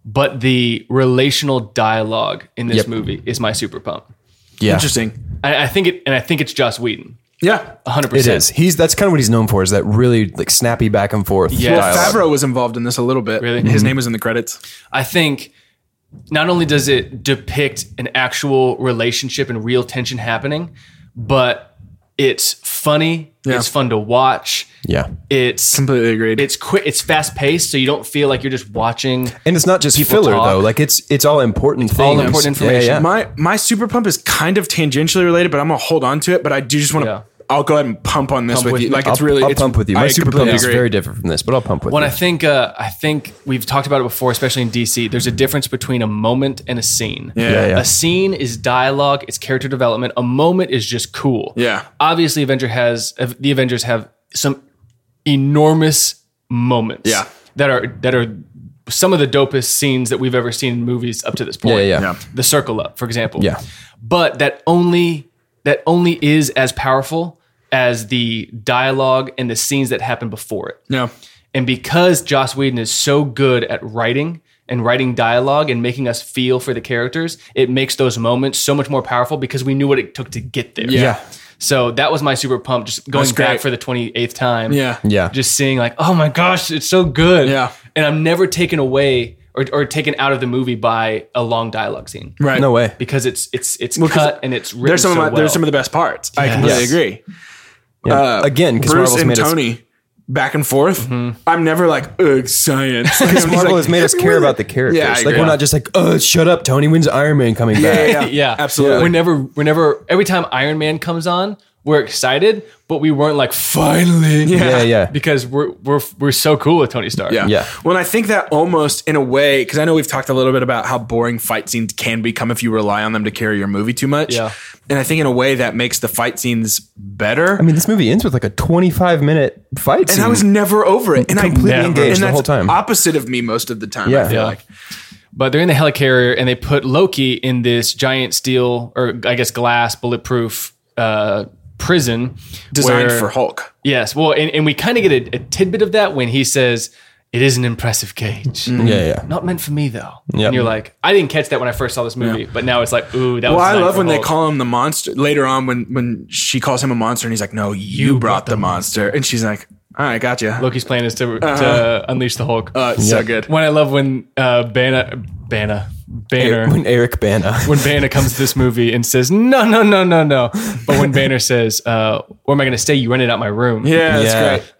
But the relational dialogue in this
Yep.
movie is my super pump.
Yeah.
interesting.
I, I think it, and I think it's Joss Whedon,
Yeah.
hundred
It
percent.
is. He's that's kind of what he's known for is that really like snappy back and forth.
Yeah.
Well,
Dialogue.
Favreau was involved in this a little bit.
Really?
Mm-hmm.
His name was in the credits.
I think not only does it depict an actual relationship and real tension happening, but it's funny. It's fun to watch.
Yeah.
It's
Completely agreed.
it's quick. It's fast paced, so you don't feel like you're just watching.
And it's not just filler
talk.
though. Like it's it's all important things.
all important
Yeah, yeah,
information.
yeah.
my my super pump is kind of tangentially related, but I'm gonna hold on to it. But I do just want to.
Yeah.
I'll go ahead and pump on this with
with
you.
you.
Like
I'll,
it's really.
I'll
it's,
pump with you. My
I
super pump
completely
is
agree.
very different from this, but I'll pump with
When
you.
I think uh, I think we've talked about it before, especially in DC. There's a difference between a moment and a scene.
Yeah,
yeah.
A scene is dialogue, it's character development. A moment is just cool.
Yeah.
Obviously, Avenger has the Avengers have some enormous moments.
Yeah.
That are that are some of the dopest scenes that we've ever seen in movies up to this point.
Yeah, yeah, yeah.
The circle up, for example.
Yeah.
But that only that only is as powerful as the dialogue and the scenes that happen before it.
Yeah.
And because Joss Whedon is so good at writing and writing dialogue and making us feel for the characters, it makes those moments so much more powerful because we knew what it took to get there.
Yeah.
So that was my super pump, just going
That's
back
great.
for the 28th time.
Yeah.
Yeah.
Just seeing, like, oh my gosh, it's so good.
Yeah.
And I'm never taken away or, or taken out of the movie by a long dialogue scene.
Right.
No way.
Because it's it's it's
'cause
cut and it's written
There's some
so
of my,
well.
there's some of the best parts. I completely
Yes.
agree.
Yeah. Again, because
uh, Bruce
Marvel's
and
made us
Tony back and forth.
Mm-hmm.
I'm never like ugh, science.
because Marvel has made us care about the characters.
Yeah, I
like
agree.
we're not just like, oh, shut up, Tony. When's Iron Man coming
Yeah,
back?
yeah,
yeah,
absolutely.
We're never, we're never. Every time Iron Man comes on, we're excited, but we weren't like finally.
Yeah, yeah.
Because we're we're we're so cool with Tony Stark.
Yeah.
Yeah.
Well, and I think that almost in a way, because I know we've talked a little bit about how boring fight scenes can become if you rely on them to carry your movie too much.
Yeah.
And I think in a way that makes the fight scenes better.
I mean, this movie ends with like a 25 minute fight
and
scene.
I was never over it. And
Completely
I
engaged
and
the
that's
whole time.
Opposite of me most of the time. I
Yeah.
feel
Yeah.
like.
But they're in the helicarrier and they put Loki in this giant steel or I guess glass bulletproof uh, prison
Designed
where-
for Hulk.
Yes. Well, and, and we kind of get a, a tidbit of that when he says. It is an impressive cage.
Mm.
yeah, yeah.
Not meant for me though.
Yep.
And you're like, I didn't catch that when I first saw this movie, but now it's like, ooh, that
Well,
was.
I
designed
love
for
when they
Hulk.
call him the monster. Later on, when when she calls him a monster, and he's like, "No, you, brought the monster," and she's like, "All right, gotcha." Look,
Loki's plan is to, to unleash the Hulk.
uh, it's so good.
when I love when uh, Banna, Banna, Banner,
When Eric Bana.
when Banner comes to this movie and says, no, no, no, no, no. But when Banner says, uh, where am I going to stay? You rented out my room.
Yeah, that's
Yeah.
great.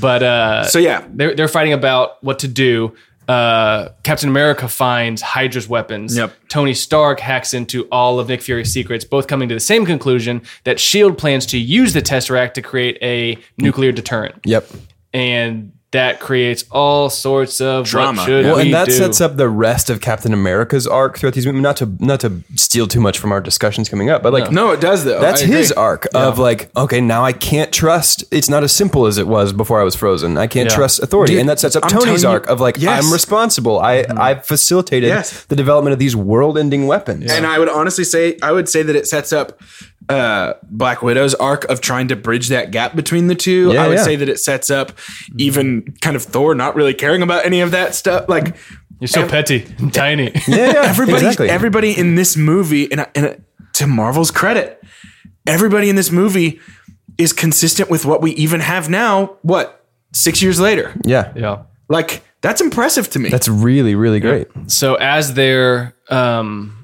But uh,
So yeah,
they're, they're fighting about what to do. Uh, Captain America finds Hydra's weapons.
Yep.
Tony Stark hacks into all of Nick Fury's secrets, both coming to the same conclusion that S.H.I.E.L.D. E plans to use the Tesseract to create a nuclear deterrent.
yep.
and that creates all sorts of
Drama.
What should
Well,
Well, and
we
that
do?
sets up the rest of Captain America's arc throughout these movies. Not to not to steal too much from our discussions coming up, but like
no, it does though.
That's
I agree.
his arc of like, okay, now I can't trust. It's not as simple as it was before I was frozen. I can't
Yeah.
trust authority, and that sets up
I'm telling
Tony's
you-
arc of like,
Yes. Mm-hmm.
I'm responsible. I I facilitated
Yes.
the development of these world-ending weapons.
And I would honestly say, I would say that it sets up uh, Black Widow's arc of trying to bridge that gap between the two.
Yeah,
I would
yeah.
say that it sets up even kind of Thor not really caring about any of that stuff. Like
You're so petty and tiny.
yeah, yeah,
everybody,
exactly.
everybody in this movie, and, I- and I- to Marvel's credit, everybody in this movie is consistent with what we even have now. What six years later?
yeah,
yeah.
Like that's impressive to me.
that's really really great.
So as they're um,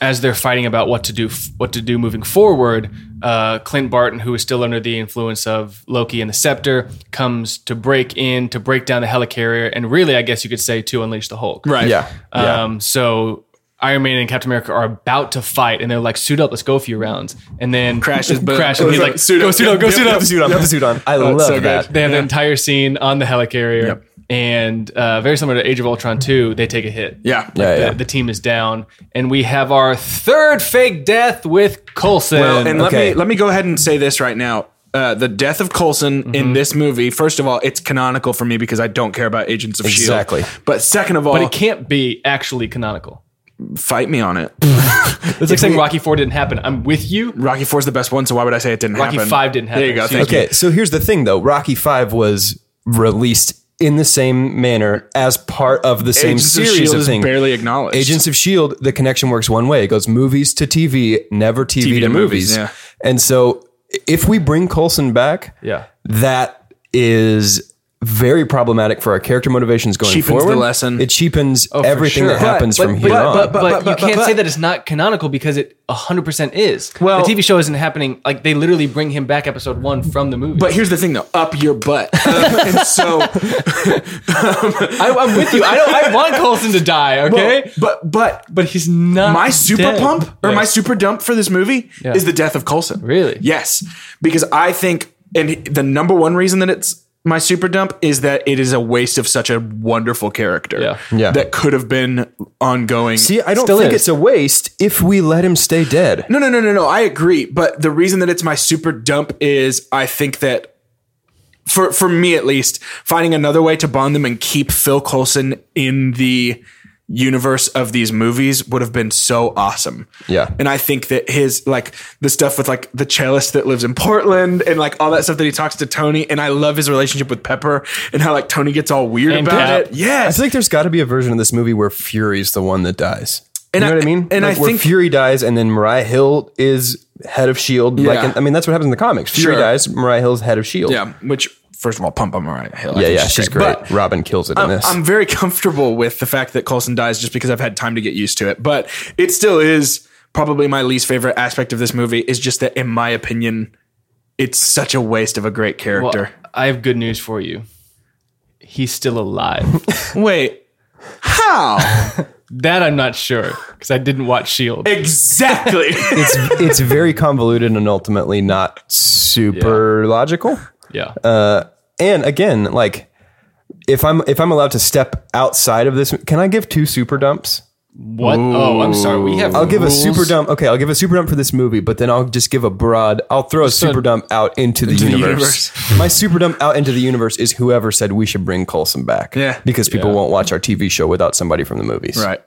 as they're fighting about what to do, what to do moving forward, uh, Clint Barton, who is still under the influence of Loki and the Scepter, comes to break in to break down the helicarrier, and really, I guess you could say to unleash the Hulk.
right.
Yeah, yeah.
Um, so Iron Man and Captain America are about to fight, and they're like, "Suit up, let's go a few rounds." And then
Crashes, boom.
crash, and he's like,
Suit
"Go
up,
suit up, go
yep,
suit
yep,
up,
yep,
Suit on, suit on. I love
so good.
that.
They have the entire scene on the helicarrier,
Yep.
and uh, very similar to Age of Ultron 2, they take a hit.
Yeah.
Yeah,
The,
yeah.
the team is down, and we have our third fake death with Coulson.
Well, and
okay.
let me let me go ahead and say this right now. Uh, the death of Coulson
Mm-hmm.
in this movie, first of all, it's canonical for me because I don't care about Agents of
Exactly.
Shield. E But second of all,
but it can't be actually canonical.
fight me on it.
It's like saying Rocky 4 didn't happen. I'm with you.
Rocky Four's the best one, so why would I say it didn't
Rocky
happen?
five didn't happen,
There you go.
excuse
Thank you.
Okay, so here's the thing though. Rocky 5 was released in the same manner as part of the same
Agents of
E
series
S.H.I.E.L.D.
of,
E is
things.
barely acknowledged.
Agents of Shield, E the connection works one way. It goes movies to TV, never TV, to,
to movies,
movies.
yeah.
And so if we bring Colson back,
Yeah.
that is very problematic for our character motivations going
Cheapens the
forward.
lesson.
It cheapens everything
sure.
that happens from here on.
But,
but- but-
you can't
but-
say that it's not canonical because it 100% is.
Well-
the TV show isn't happening. Like, they literally bring him back episode one from the movie.
But here's the thing, though. Up your butt. Um, and so,
I, I'm with you. I don't. I want Colson to die. Okay,
but but
but he's not.
my super
dead.
pump or
Yeah.
my super dump for this movie
Yeah.
is the death of Coulson.
Really?
Yes, because I think, and the number one reason that it's my super dump is that it is a waste of such a wonderful character
Yeah.
Yeah.
that could have been ongoing.
See, I don't
Still
think
is.
it's a waste if we let him stay dead.
no, no, no, no, no. I agree, but the reason that it's my super dump is I think that for for me at least, finding another way to bond them and keep Phil Coulson in the universe of these movies would have been so awesome.
Yeah.
And I think that his like the stuff with like the cellist that lives in Portland and like all that stuff that he talks to Tony and I love his relationship with Pepper and how like Tony gets all weird
And
about
Cap.
it. Uh, Yes.
I feel like there's got to be a version of this movie where Fury's the one that dies.
And
you know
I-
what I mean?
and
Like,
I
where
think-
Fury dies, and then Mariah Hill is head of Shield. Like,
Yeah.
I mean, that's what happens in the comics. Fury
Sure.
dies, Mariah Hill's head of Shield.
Yeah, which first of all, pump up Mariah Hill. I
yeah,
think
yeah, she's great.
But
Robin kills it in this.
I'm very comfortable with the fact that Coulson dies just because I've had time to get used to it. But it still is probably my least favorite aspect of this movie. Is just that, in my opinion, it's such a waste of a great character.
Well, I have good news for you. He's still alive.
Wait, how
that I'm not sure because I E didn't watch Shield.
exactly?
it's it's very convoluted and ultimately not super logical.
Yeah.
Uh, And again, like if I'm if I'm allowed to step outside of this, can I give two super dumps?
what? Oh, I'm sorry. We have.
I'll give a super
rules.
dump. Okay, I'll give a super dump for this movie, but then I'll just give a broad. I'll throw a super dump out into the universe. My super dump out into the universe is whoever said we should bring Colson back.
Yeah.
because people won't watch our TV show without somebody from the movies.
right.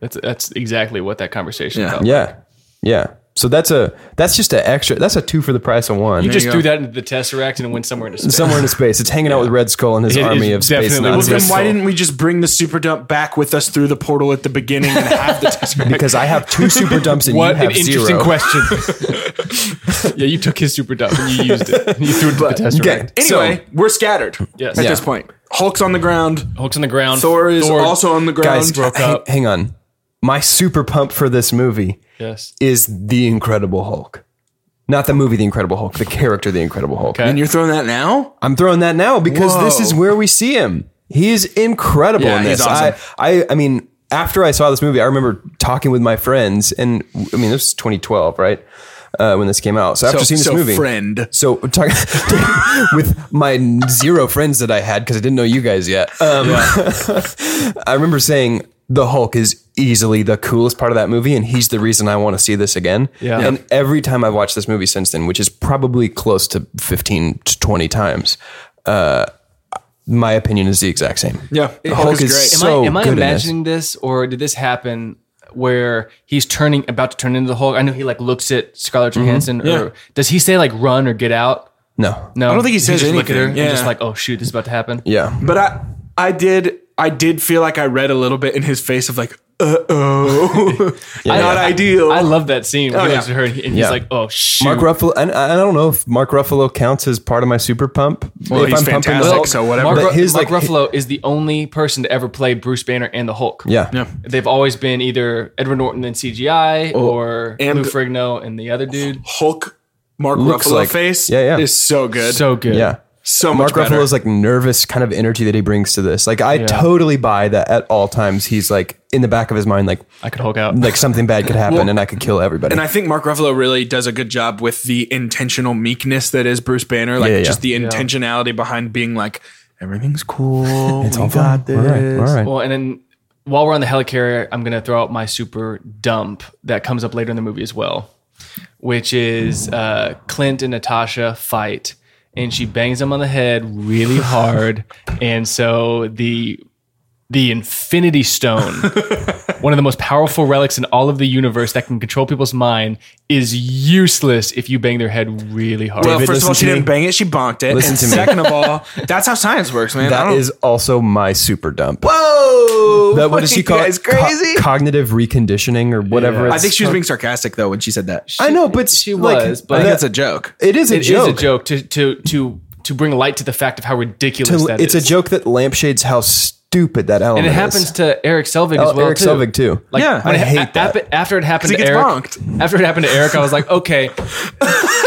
That's that's exactly what that conversation.
Yeah.
Yeah.
Yeah. Yeah. So that's a that's just an extra. That's a two for the price of one.
You just
you
threw
go.
that into the tesseract and it went somewhere into space.
somewhere in space. It's hanging out with Red Skull and his
It
army
is
of space
definitely- Well,
Well,
Nazis.
then
Yes.
why didn't we just bring the super dump back with us through the portal at the beginning and have the test?
because I have two super dumps and
What
you have
an interesting
zero.
question. yeah, you took his super dump and you used it. You threw it into the tesseract.
Okay.
Anyway, we're scattered.
Yes.
At
Yeah.
this point, Hulk's on the ground.
Hulk's on the ground.
Thor is also on the ground.
guys,
broke
hang,
up.
hang on. My super pump for this movie
Yes.
is The Incredible Hulk. Not the movie The Incredible Hulk, the character The Incredible Hulk.
Okay.
and you're throwing that now?
I'm throwing that now because this
Whoa.
is where we see him. He's incredible
Yeah,
in
he's
this.
awesome.
I, I I mean, after I saw this movie, I remember talking with my friends, and I mean, this was 2012, right? Uh, when this came out. So after
So-
seeing this
so
movie,
friend.
So talk, with my zero friends that I had because I didn't know you guys yet. Um, I remember saying the Hulk is easily the coolest part of that movie, and he's the reason I want to see this again.
Yeah.
And every time I've watched this movie since then, which is probably close to fifteen to twenty times, uh, my opinion is the exact same.
Yeah,
The Hulk, is, great.
Am
so
I am I
good in this.
imagining this. or did this happen where he's turning about to turn into the Hulk? I know he like looks at Scarlett
Mm-hmm.
Johansson or does he say like run or get out?
No.
No.
I don't think he says
just look at her
anything.
and just
Yeah.
like, oh shoot, this is about to happen.
Yeah.
But I, I did, I did feel like I read a little bit in his face of like, uh oh, not
I-
ideal. Oh,
I love that scene when he
yeah.
looks at her and he- and he's
Yeah.
like, oh shoot.
Mark Ruffalo, and I I don't know if Mark Ruffalo counts as part of my super pump. Well,
he's fantastic, so whatever.
Mark,
But
Ru-
his,
Mark
like,
Ruffalo is the only person to ever play Bruce Banner and the Hulk.
Yeah. yeah.
They've always been either Edward Norton in CGI or
Oh, and-
Lou Frigno and the other dude.
Hulk, Mark
Looks
Ruffalo
like-
face,
yeah, yeah.
is so good, Oh, so,
So good.
much
Mark
better.
Ruffalo's like nervous kind of energy that he brings to this. Like I totally buy that at all times he's like in the back of his mind like
I could Hulk out.
like something bad could happen and I could kill everybody.
and I think Mark Ruffalo really does a good job with the intentional meekness that is Bruce Banner, like
Yeah, yeah,
just the
yeah.
intentionality behind being like everything's cool. it's all
fine.
got this.
All right. All right.
Well, and then while we're on the helicarrier, I'm going to throw out my super dump that comes up later in the movie as well, which is uh, Clint and Natasha fight, and she bangs him on the head really hard, and so the the Infinity Stone, one of the most powerful relics in all of the universe that can control people's mind, is useless if you bang their head really hard.
Well, first of
listen
all, she
to me.
didn't bang it; she bonked it.
Listen
and
to me.
second of all, that's how science works, man. I
that
don't-
is also my super dump.
whoa.
That, what does she call
It's
it? Co- cognitive reconditioning or whatever.
I
it's-
think she was being sarcastic though when she said that.
I know, but
She
like,
was, but-
I
that-
think that's a joke.
it is a
it is
joke.
a joke to to to to bring light to the fact of how ridiculous
To-
that
it's
is.
a joke that lampshades how stupid that element
and it
is.
happens to Eric Selvig
Oh,
as well.
Eric Selvig too.
Like,
Yeah,
when
I
it-
hate
a-
that.
ap- After it happened
'Cause he
to
gets
Eric,
bonked.
after it happened to Eric, I was like, okay,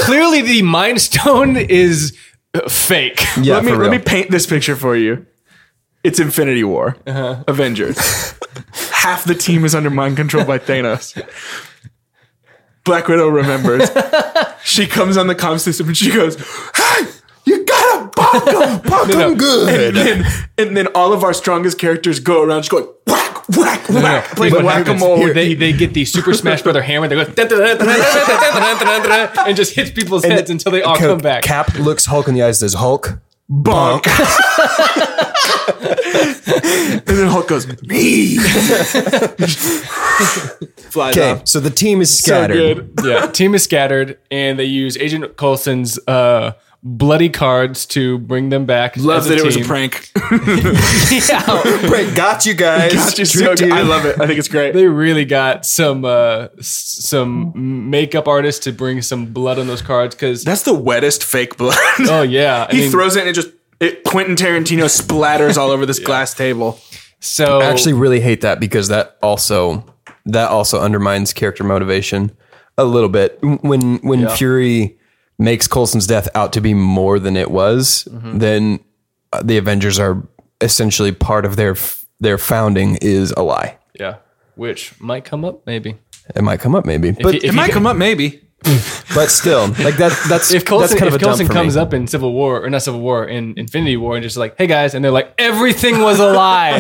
clearly the Mind Stone is uh, fake.
yeah,
let me
for real.
let me paint this picture for you. It's Infinity War, Avengers. Half the team is under mind control by Thanos. Black Widow remembers. she comes on the comm system and she goes, "Hey, you gotta bonk 'em, bonk 'em good." And then, and then all of our strongest characters go around just going whack, whack, whack, playing
What
whack a
happens-
mole.
They, they get the Super Smash Brother hammer. They go and just hits people's heads until they all
Co-
come back.
Cap looks Hulk in the eyes. and Says Hulk,
bonk. and then Hulk goes, me. Flies
Okay,
off.
so the team is
So
scattered.
good. Yeah, team is scattered, and they use Agent Coulson's uh, bloody cards to bring them back.
Love
as
that it was a
team.
prank.
Yeah,
Great, got you guys.
It's just so
Tricked
good.
you.
I love it. I think it's great.
they really got some uh, s- some makeup artists to bring some blood on those cards because
That's the wettest fake blood.
oh yeah, I
he
mean,
throws it and it just it, Quentin Tarantino splatters all over this glass table.
so
I actually really hate that because that also that also undermines character motivation a little bit. When when Fury makes Colson's death out to be more than it was, then uh, the Avengers are essentially part of their f- their founding is a lie.
yeah, which might come up maybe.
It might come up maybe, but
If- if
It
he-
might come up maybe.
but still, like that that's
if Coulson,
that's kind
if
of a
Coulson
dump for
comes
me.
up in Civil War or not Civil War in Infinity War and just like, hey guys, and they're like, everything was a lie,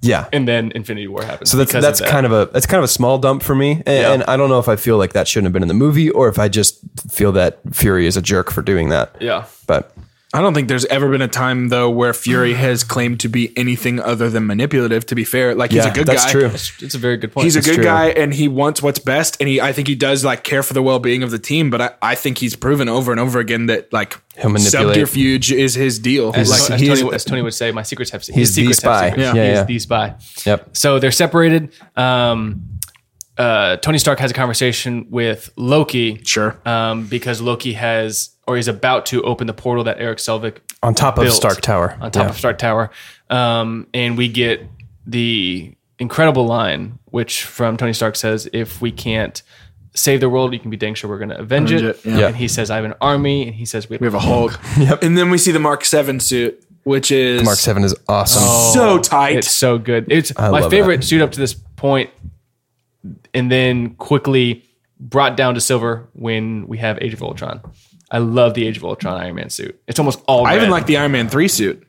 yeah.
and then Infinity War happens.
So that's that's kind of a that's kind of a small dump for me, and, and I don't know if I feel like that shouldn't have been in the movie, or if I just feel that Fury is a jerk for doing that.
yeah.
But
I don't think there's ever been a time though where Fury has claimed to be anything other than manipulative. To be fair, like he's
yeah,
a good
that's
guy.
true.
It's a very good point.
He's a good
true.
guy and he wants what's best and he I think he does like care for the well being of the team, but I, I think he's proven over and over again that like
He'll manipulate.
subterfuge is his deal.
as,
like,
as,
he's-
Tony, as Tony would say, my secrets have
He's
his
the
secrets
spy.
Have secrets.
Yeah.
He
Yeah,
is
yeah.
the spy.
Yep.
So they're separated. Um, uh, Tony Stark has a conversation with Loki.
Sure.
Um, because Loki has, or he's about to open the portal that Eric Selvig
on top of
built
Stark Tower.
On top
Yeah.
of Stark Tower. Um, and we get the incredible line, which from Tony Stark says, if we can't save the world, you can be dang sure we're going to avenge, it.
it, yeah.
And he says, I have an army. And he says, we have,
we have a Hulk. And then we see the Mark Seven suit, which is
Mark Seven is awesome.
Oh.
so tight.
It's so good. It's my
love
favorite suit up to this point, and then quickly brought down to silver when we have Age of Ultron. I love the Age of Ultron Iron Man suit. It's almost all.
I even
red.
like the Iron Man three suit.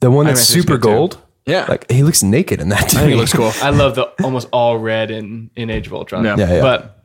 the one that's
Iron Man's
super
good too.
gold.
Yeah.
Like he looks naked in that.
I think it looks cool.
I love the almost all red in in Age of Ultron.
Yeah.
Yeah, yeah.
But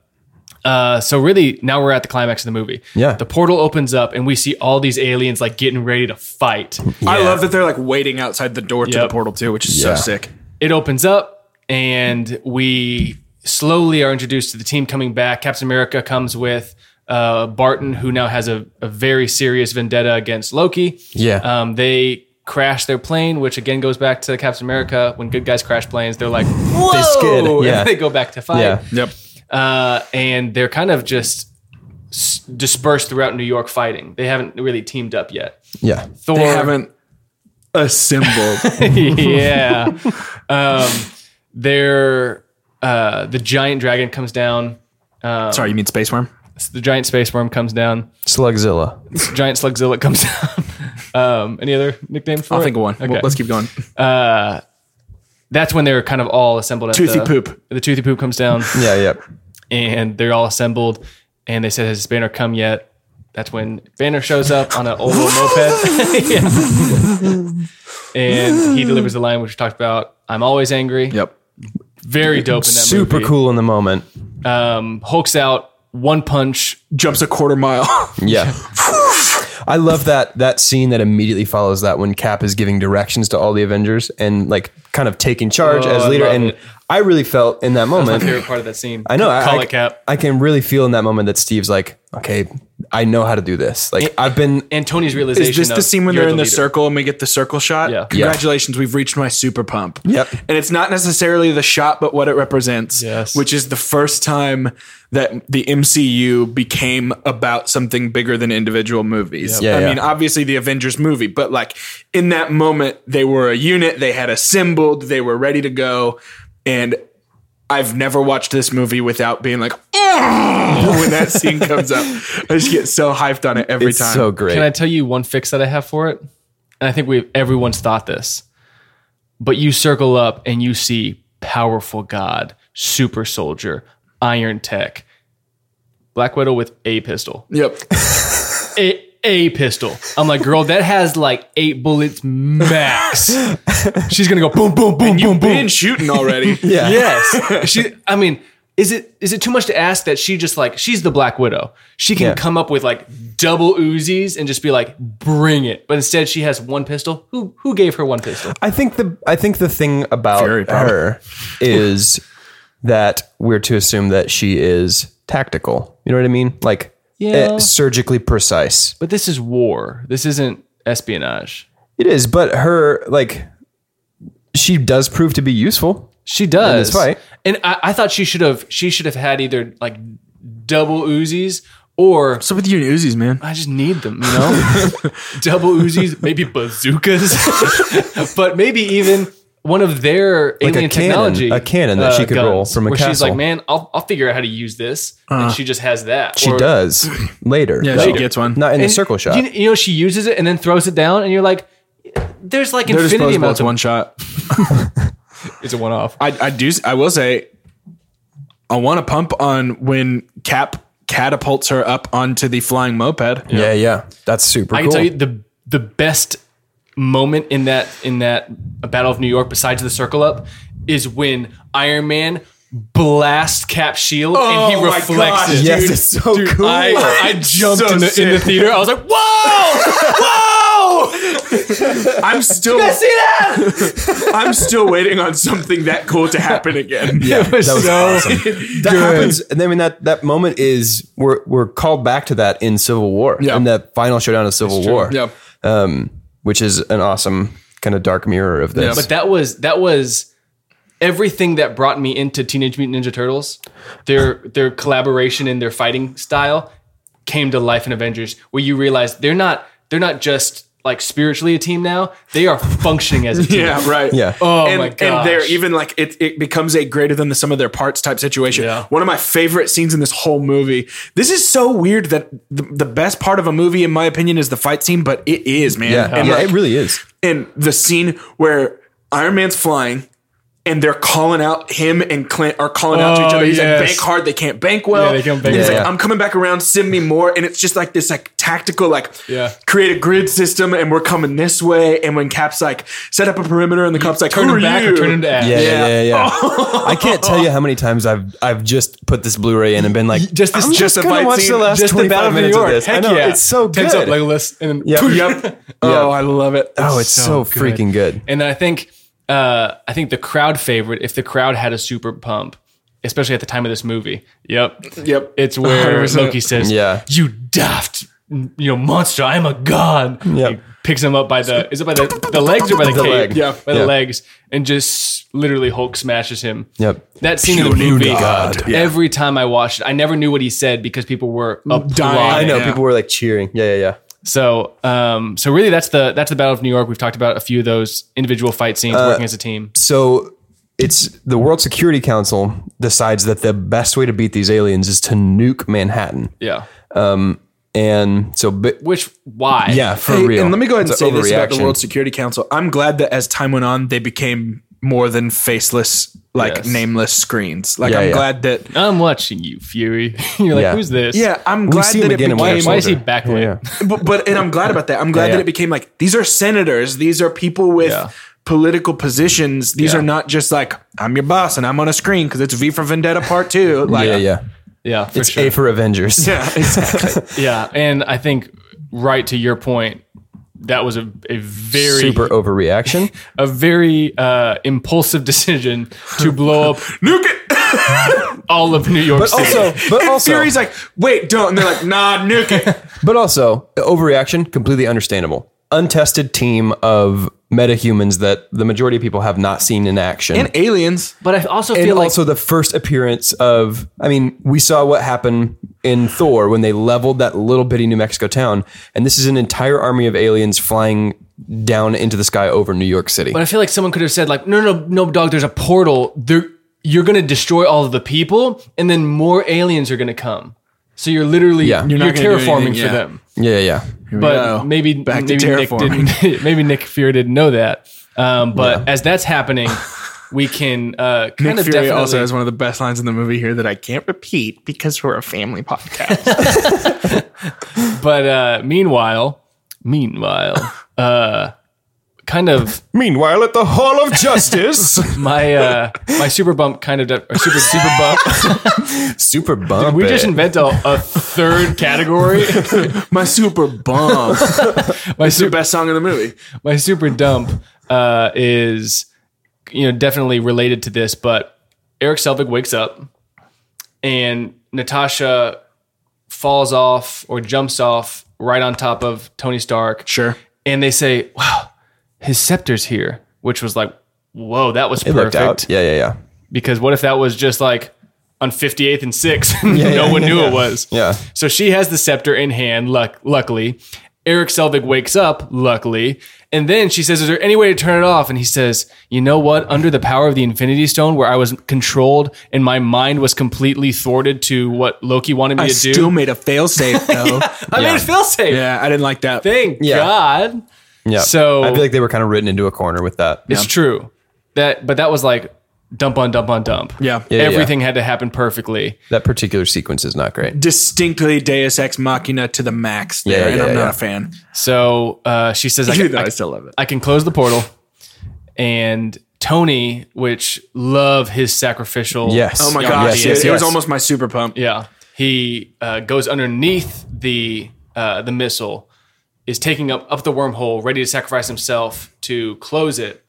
uh, so really, now we're at the climax of the movie.
Yeah.
the portal opens up, and we see all these aliens like getting ready to fight.
I love that they're like waiting outside the door to
Yep.
the portal too, which is
Yeah.
so sick.
it opens up and we slowly are introduced to the team coming back. Captain America comes with uh, Barton, who now has a, a very serious vendetta against Loki.
Yeah.
Um, they crash their plane, which again goes back to Captain America. When good guys crash planes, they're like, whoa!
skid,
and
yeah.
they go back to fight.
Yeah.
Yep.
Uh, and they're kind of just s- dispersed throughout New York fighting. They haven't really teamed up yet.
yeah.
Thor,
They haven't assembled.
yeah. Um, they're uh, the giant dragon comes down.
Sorry, you mean Space Worm?
The giant space worm comes down.
Slugzilla.
Giant slugzilla comes down. um, any other nicknames? For
I'll
it?
think of one.
Okay.
Let's keep going.
That's when they're kind of all assembled. At
Toothy
the,
poop.
The toothy poop comes down,
Yeah, yeah.
and they're all assembled. And they said, "Has Banner come yet?" That's when Banner shows up on an old little moped, Yeah. and he delivers the line which we talked about. I'm always angry.
Yep.
Very dope in that
Super
movie.
cool in the moment.
um, Hulk's out, one punch.
Jumps a quarter mile.
Yeah. I love that that scene that immediately follows that when Cap is giving directions to all the Avengers and like kind of taking charge
Oh,
as
I
leader.
love
and
it.
I really felt in that
My
moment.
favorite part of that scene.
I know. I-
Call
I,
it cap.
I can really feel in that moment that Steve's like, okay, I know how to do this. Like I've been
And Tony's realization.
Is this the
of,
scene when
"You're
they're in the
leader."
circle and we get the circle shot?
Yeah.
Congratulations, we've reached my super pump.
Yep.
And it's not necessarily the shot, but what it represents.
Yes.
Which is the first time that the MCU became about something bigger than individual movies.
Yeah,
I
yeah.
mean, obviously the Avengers movie, but like in that moment, they were a unit, they had assembled, they were ready to go. And I've never watched this movie without being like, "Oh," when that scene comes up. I just get so hyped on it every
it's
time.
so great.
Can I tell you one fix that I have for it? And I think we everyone's thought this, but you circle up and you see powerful God, super soldier, Iron Tech, Black Widow with a pistol,
Yep.
a, a pistol. I'm like, girl, that has like eight bullets max. She's gonna go boom, boom, boom, boom, boom.
Been shooting already.
yeah.
Yes. she I mean, is it is it too much to ask that she just like she's the Black Widow? She can come up with like double Uzis and just be like, bring it. But instead, she has one pistol. Who who gave her one pistol?
I think the I think the thing about
Fury, probably.
her is that we're to assume that she is tactical. You know what I mean? Like eh,
Yeah.
surgically precise.
But this is war. This isn't espionage.
It is, but her like she does prove to be useful.
She does.
this fight.
And I, I thought she should have she should have had either like double Uzis or
What's up with you and Uzis, man?
I just need them, you know? Double Uzis, maybe bazookas, but maybe even one of their alien
a cannon-
technology. uh,
a cannon that she could roll from a
where She's
castle.
like, man, I'll, I'll figure out how to use this.
Uh.
and she just has that.
She
Or-
does later.
Yeah,
though.
she gets one.
Not in the
and
circle shot.
You, you know, she uses it and then throws it down, and you're like, there's like
They're
infinity
disposable. It's
amounts of
one shot.
It's a one off.
I, I do. I will say, I want to pump on when Cap catapults her up onto the flying moped.
yeah, yeah. That's super
I
cool.
can tell you the the best moment in that in that Battle of New York, besides the circle up, is when Iron Man blasts Cap shield and he
Oh my
reflects
gosh,
it.
yes, it's so cool.
I, I jumped
So
in, the, in the
sick.
theater. I was like, "Whoa, whoa!"
I'm still. see that? I'm still waiting on something that cool to happen again. Yeah,
It was
that was
so-
awesome. That happens, and then when that that moment is we're we're called back to that in Civil War,
Yeah.
in the final showdown of Civil War,
Yeah.
um, which is an awesome kind of dark mirror of this.
But that was that was everything that brought me into Teenage Mutant Ninja Turtles. Their their collaboration and their fighting style came to life in Avengers, where you realize they're not they're not just like spiritually a team now; they are functioning as a team.
Yeah, right.
Yeah.
Oh
and,
my
And they're
gosh.
even like it, it becomes a greater than the sum of their parts type situation.
Yeah.
One of my favorite scenes in this whole movie. This is so weird that the, the best part of a movie, in my opinion, is the fight scene, but it is, man.
yeah,
And,
yeah,
like,
it really is.
and the scene where Iron Man's flying and they're calling out him and Clint are calling out to each
Oh,
other. He's
yes.
like, bank hard, they can't bank well.
Yeah, they can't bank
He's
well.
like,
Yeah.
I'm coming back around, send me more. And it's just like this like tactical, like
Yeah.
create a grid system and we're coming this way. And when Cap's like set up a perimeter and the cop's like,
turn
Who
them
are
back
you?
or turn them to ash.
Yeah, yeah, yeah. yeah. I can't tell you how many times I've I've just put this Blu-ray in and been like,
Just this-
I'm
just a
gonna
fight
watch
scene,
the last
Just the
25
Battle of New
minutes
York.
of this.
Heck
I know
yeah.
it's so good.
Tense up, Legolas, and then
Yeah.
Yep. Oh, I love it.
Oh, it's so, freaking good.
And then I think uh, I think the crowd favorite, if the crowd had a super pump, especially at the time of this movie. Yep.
Yep.
It's where
100%.
Loki says,
Yeah.
you daft, you know, monster. I am a god."
Yep.
He picks him up by the is it by the the legs or by the,
The
cape?
leg.
Yeah.
by the
Yeah.
legs, and just literally Hulk smashes him.
Yep.
That scene in the
Pure
movie.
god.
Every time I watched it, I never knew what he said because people were
I
applauding.
know
Yeah.
people were like cheering. Yeah, yeah, yeah.
So, um, so really, that's the that's the Battle of New York. We've talked about a few of those individual fight scenes,
Uh,
working as a team.
so it's the World Security Council decides that the best way to beat these aliens is to nuke Manhattan.
Yeah.
And so, but,
Which why?
yeah, for
Hey,
real.
And let me go ahead and
It's
say this about
overreaction.
the World Security Council. I'm glad that as time went on, they became more than faceless, like
Yes.
nameless screens. Like
Yeah,
I'm
yeah.
glad that.
I'm watching you, Fury. You're like,
Yeah.
who's this?
Yeah, I'm
We've
glad
seen
that
him
it
again in
Why,
Winter
became.
why is he
Soldier.
back there?
Yeah.
but, but and I'm glad about that. I'm glad
yeah.
that it became like these are senators. These are people with.
Yeah.
Political positions. These
Yeah.
are not just like I'm your boss and I'm on a screen because it's V for Vendetta Part Two. Like,
yeah, yeah.
Yeah, for
It's
sure.
A for Avengers.
yeah, exactly.
yeah, and I think right to your point, that was a, a very
Super overreaction.
a very uh, impulsive decision to blow up
Nuke it.
all of New York
But
City.
also, but
And
also,
Fury's like, wait, don't. And they're like, nah, nuke it.
but also, the overreaction completely understandable. Untested team of metahumans that the majority of people have not seen in action.
and aliens.
but I also
and
feel like
also the first appearance of i mean we saw what happened in thor when they leveled that little bitty new mexico town and this is an entire army of aliens flying down into the sky over new york city
But I feel like someone could have said like, no, no, no, no, dog. There's a portal. There, you're gonna destroy all of the people, and then more aliens are gonna come. So you're literally
Yeah.
you're,
You're
not gonna do
terraforming
anything, yeah.
for them.
yeah yeah yeah.
But
go.
maybe
Back to
maybe Nick
terraforming.
didn't. Maybe Nick Fury didn't know that. Um, but as that's happening, we can uh, kind
Nick
of
Fury
definitely.
also has one of the best lines in the movie here that I can't repeat because we're a family podcast.
but uh, meanwhile, meanwhile, uh, kind of
Meanwhile, at the Hall of Justice,
my uh, my super bump kind of de- or super super bump.
super bump.
We just
it.
invent a, a third category.
My super bum.
My
the
super
best song in the movie.
my super dump uh, is you know definitely related to this, but Eric Selvig wakes up and Natasha falls off or jumps off right on top of Tony Stark.
Sure.
and they say, "Wow, his scepter's here," which was like, "Whoa, that was
It worked out.
perfect."
Yeah, yeah, yeah.
Because what if that was just like on 58th and 6th? and no
yeah,
one
yeah,
knew
yeah.
it was.
Yeah.
So she has the scepter in hand, luck- luckily. Eric Selvig wakes up, luckily. And then she says, Is there any way to turn it off? And he says, You know what? Under the power of the Infinity Stone, where I was controlled and my mind was completely thwarted to what Loki wanted me
I
to
still
do.
made a failsafe though.
I made it feel safe.
yeah, I didn't like that.
Thank
Yeah.
God.
Yeah.
So-
I feel like they were kind of written into a corner with that.
It's true. That but that was like dump on dump on dump.
Yeah.
yeah.
Everything had to happen perfectly.
That particular sequence is not great.
Distinctly Deus Ex Machina to the max there,
Yeah,
and
yeah,
I'm
yeah.
not a fan.
So uh, she says I
Even
can,
though
I,
I still love it.
I can close the portal. And Tony, which love his sacrificial
Yes.
Oh my
Yeah,
gosh,
yes,
yes,
yes,
it was
yes.
almost my super pump.
Yeah. He uh, goes underneath the uh, the missile, is taking up up the wormhole, ready to sacrifice himself to close it.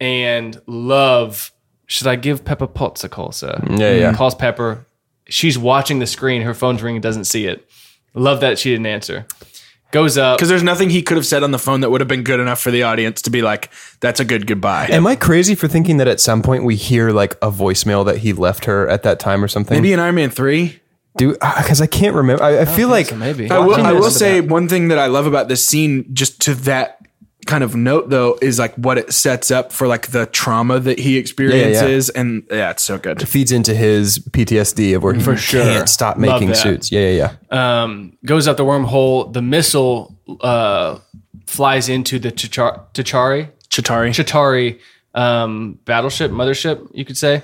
And love, should I give Peppa Potts a call, sir?
Yeah, yeah.
Calls Pepper. She's watching the screen. Her phone's ringing. Doesn't see it. Love that she didn't answer. Goes up.
Because there's nothing he could have said on the phone that would have been good enough for the audience to be like, that's a good goodbye.
Am I crazy for thinking that at some point we hear like a voicemail that he left her at that time or something?
Maybe in Iron Man 3.
do because I can't remember. I, I feel like
maybe.
I will, I will
this-
say one thing that I love about this scene, just to that kind of note though, is like what it sets up for like the trauma that he experiences. And yeah, it's so good.
feeds into his PTSD of where he can't stop
Love
making
that.
suits. Yeah, yeah, yeah.
um, goes up the wormhole. The missile uh, flies into the T'Char- T'Chari.
Chitari.
Chitari um, battleship, mothership, you could say.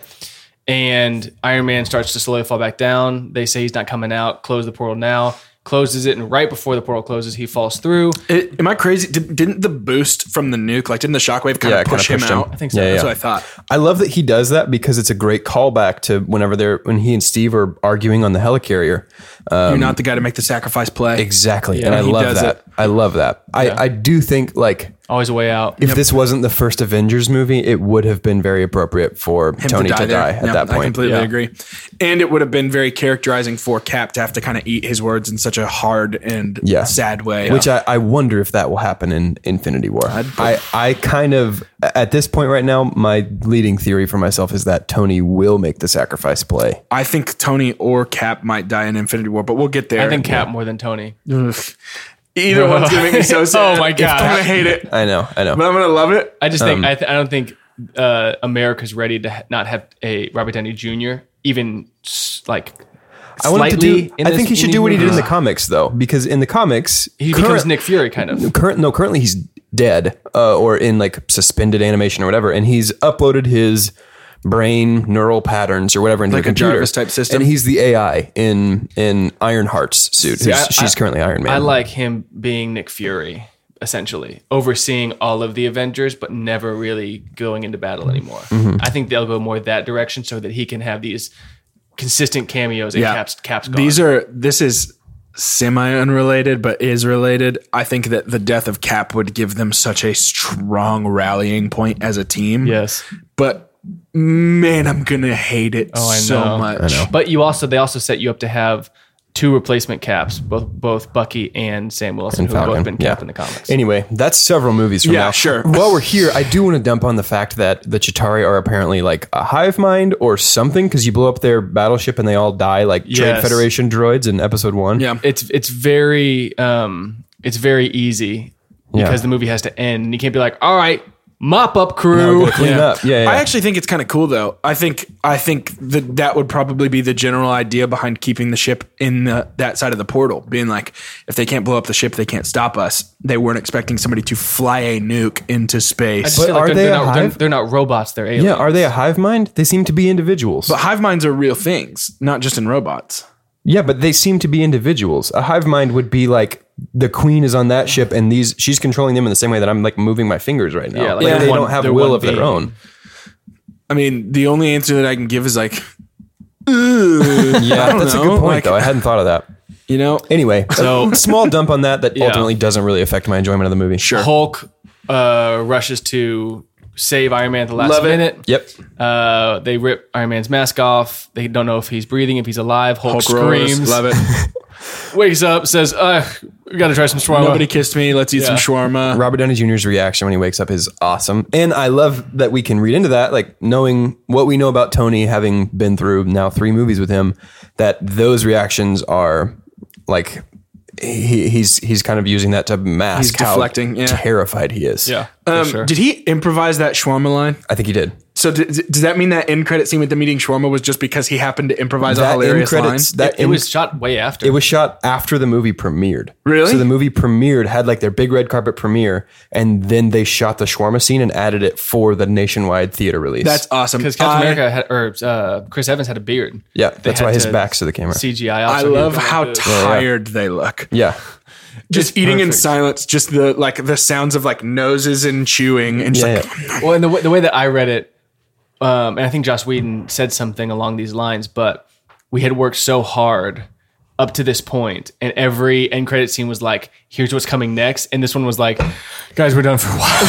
And Iron Man starts to slowly fall back down. They say he's not coming out. Close the portal now. Closes it, and right before the portal closes, he falls through.
It- am I crazy? Did, didn't the boost from the nuke, like, didn't the shockwave kind
Yeah, it
of
kinda
push him
pushed him.
out?
I think so. Yeah,
That's
yeah.
what I thought.
I love that he does that because it's a great callback to whenever they're when he and Steve are arguing on the helicarrier.
You're
Um,
not the guy to make the sacrifice play.
Exactly, and I
he
love
does
that.
it.
I love that. I I do think like
Always a way out.
if this wasn't the first Avengers movie, it would have been very appropriate for
him
Tony to die,
there.
at
Yeah,
that
I
point.
completely agree. And it would have been very characterizing for Cap to have to kind of eat his words in such a hard and
Yeah.
sad way.
Which I, I wonder if that will happen in Infinity War. I, I kind of, at this point right now, my leading theory for myself is that Tony will make the sacrifice play.
I think Tony or Cap might die in Infinity War, but we'll get there.
I think Cap more than Tony.
either one's gonna make me so sad.
Oh my God.
I'm gonna hate it,
I know, I know.
but I'm gonna love it.
I just
Um,
think I, th- I don't think uh, America's ready to ha- not have a Robert Downey Jr. even s- like.
I want him to
slightly
do.
in
I
this-
think he
in
should
these
do what he did in
movies.
the comics, though, because in the comics,
He becomes Nick Fury, kind of.
current no currently he's dead uh, or in like suspended animation or whatever and he's uploaded his brain neural patterns or whatever into
Like
the
a
computer.
Jarvis type system?
and he's the ai in in ironheart's suit who's,
I-
she's
I-
currently iron man
I like him being Nick Fury, essentially, overseeing all of the Avengers, but never really going into battle anymore. I think they'll go more that direction so that he can have these consistent cameos and
Yeah.
caps caps gone.
These are this is semi unrelated, but is related. I think that the death of Cap would give them such a strong rallying point as a team.
yes.
but man, I'm gonna hate it
Oh, I
so
know.
much.
But you also they also set you up to have two replacement caps, both both Bucky and Sam Wilson, who have both
Falcon,
been cap
yeah.
in the comics.
Anyway, that's several movies from
Yeah,
now.
sure.
While we're here, I do want to dump on the fact that the Chitari are apparently like a hive mind or something because you blow up their battleship and they all die like Trade
Yes.
Federation droids in Episode One.
Yeah.
it's it's very um it's very easy because the movie has to end and you can't be like, all right, mop up
We're
crew.
gonna clean up. Yeah, yeah.
I actually think it's kind of cool though. I think I think that that would probably be the general idea behind keeping the ship in the, that side of the portal, being like, if they can't blow up the ship, they can't stop us. They weren't expecting somebody to fly a nuke into space.
But
feel like
are
they're,
they
they're
a
not, they're,
hive?
they're not robots. They're aliens.
yeah, are they a hive mind? They seem to be individuals.
But hive minds are real things, not just in robots.
Yeah, but they seem to be individuals. A hive mind would be like the queen is on that ship and these she's controlling them in the same way that I'm like moving my fingers right now.
Yeah,
like,
like
they
one-
don't have
they're
will
one
of their
being.
own.
I mean, the only answer that I can give is like, "Ugh." I
Yeah,
don't
that's
know.
a good point
Like,
though. I hadn't thought of that.
You know,
Anyway,
So-
so small dump on that that ultimately doesn't really affect my enjoyment of the movie. Sure.
Hulk uh, rushes to save Iron Man at the last
Love it.
minute.
Yep.
Uh, they rip Iron Man's mask off. They don't know if he's breathing, if he's alive. Hulk,
Hulk roars.
screams,
Love it.
wakes up, says, "Uh, we got to try some shawarma."
Nobody kissed me. Let's eat some
Yeah.
shawarma.
Robert Downey Jr.'s reaction when he wakes up is awesome. And I love that we can read into that, like knowing what we know about Tony, having been through now three movies with him, that those reactions are like he, he's he's kind of using that to mask
He's deflecting,
how
yeah.
terrified he is.
yeah, for
Um,
sure.
Did he improvise that shawarma line?
I think he did.
So d- d- does that mean that end credit scene with them eating shawarma was just because he happened to improvise a
That in
hilarious line?
credits, that
it
in-
was shot way after.
It was shot after the movie premiered.
Really?
So the movie premiered had like their big red carpet premiere, and then they shot the shawarma scene and added it for the nationwide theater release.
That's awesome.
because Captain
I-
America had, or uh, Chris Evans had a beard.
yeah.
They
That's
had
why his
to
back's to the camera.
CGI.
I
also
love
him going
how
to-
tired they look.
yeah.
Just eating in
perfect.
silence, just the like the sounds of like noses and chewing and just
Yeah,
like
yeah.
well, and the, way- the way that I read it, um, and I think Joss Whedon said something along these lines, but we had worked so hard up to this point, and every end credit scene was like, "Here's what's coming next," and this one was like, "Guys, we're done for a while.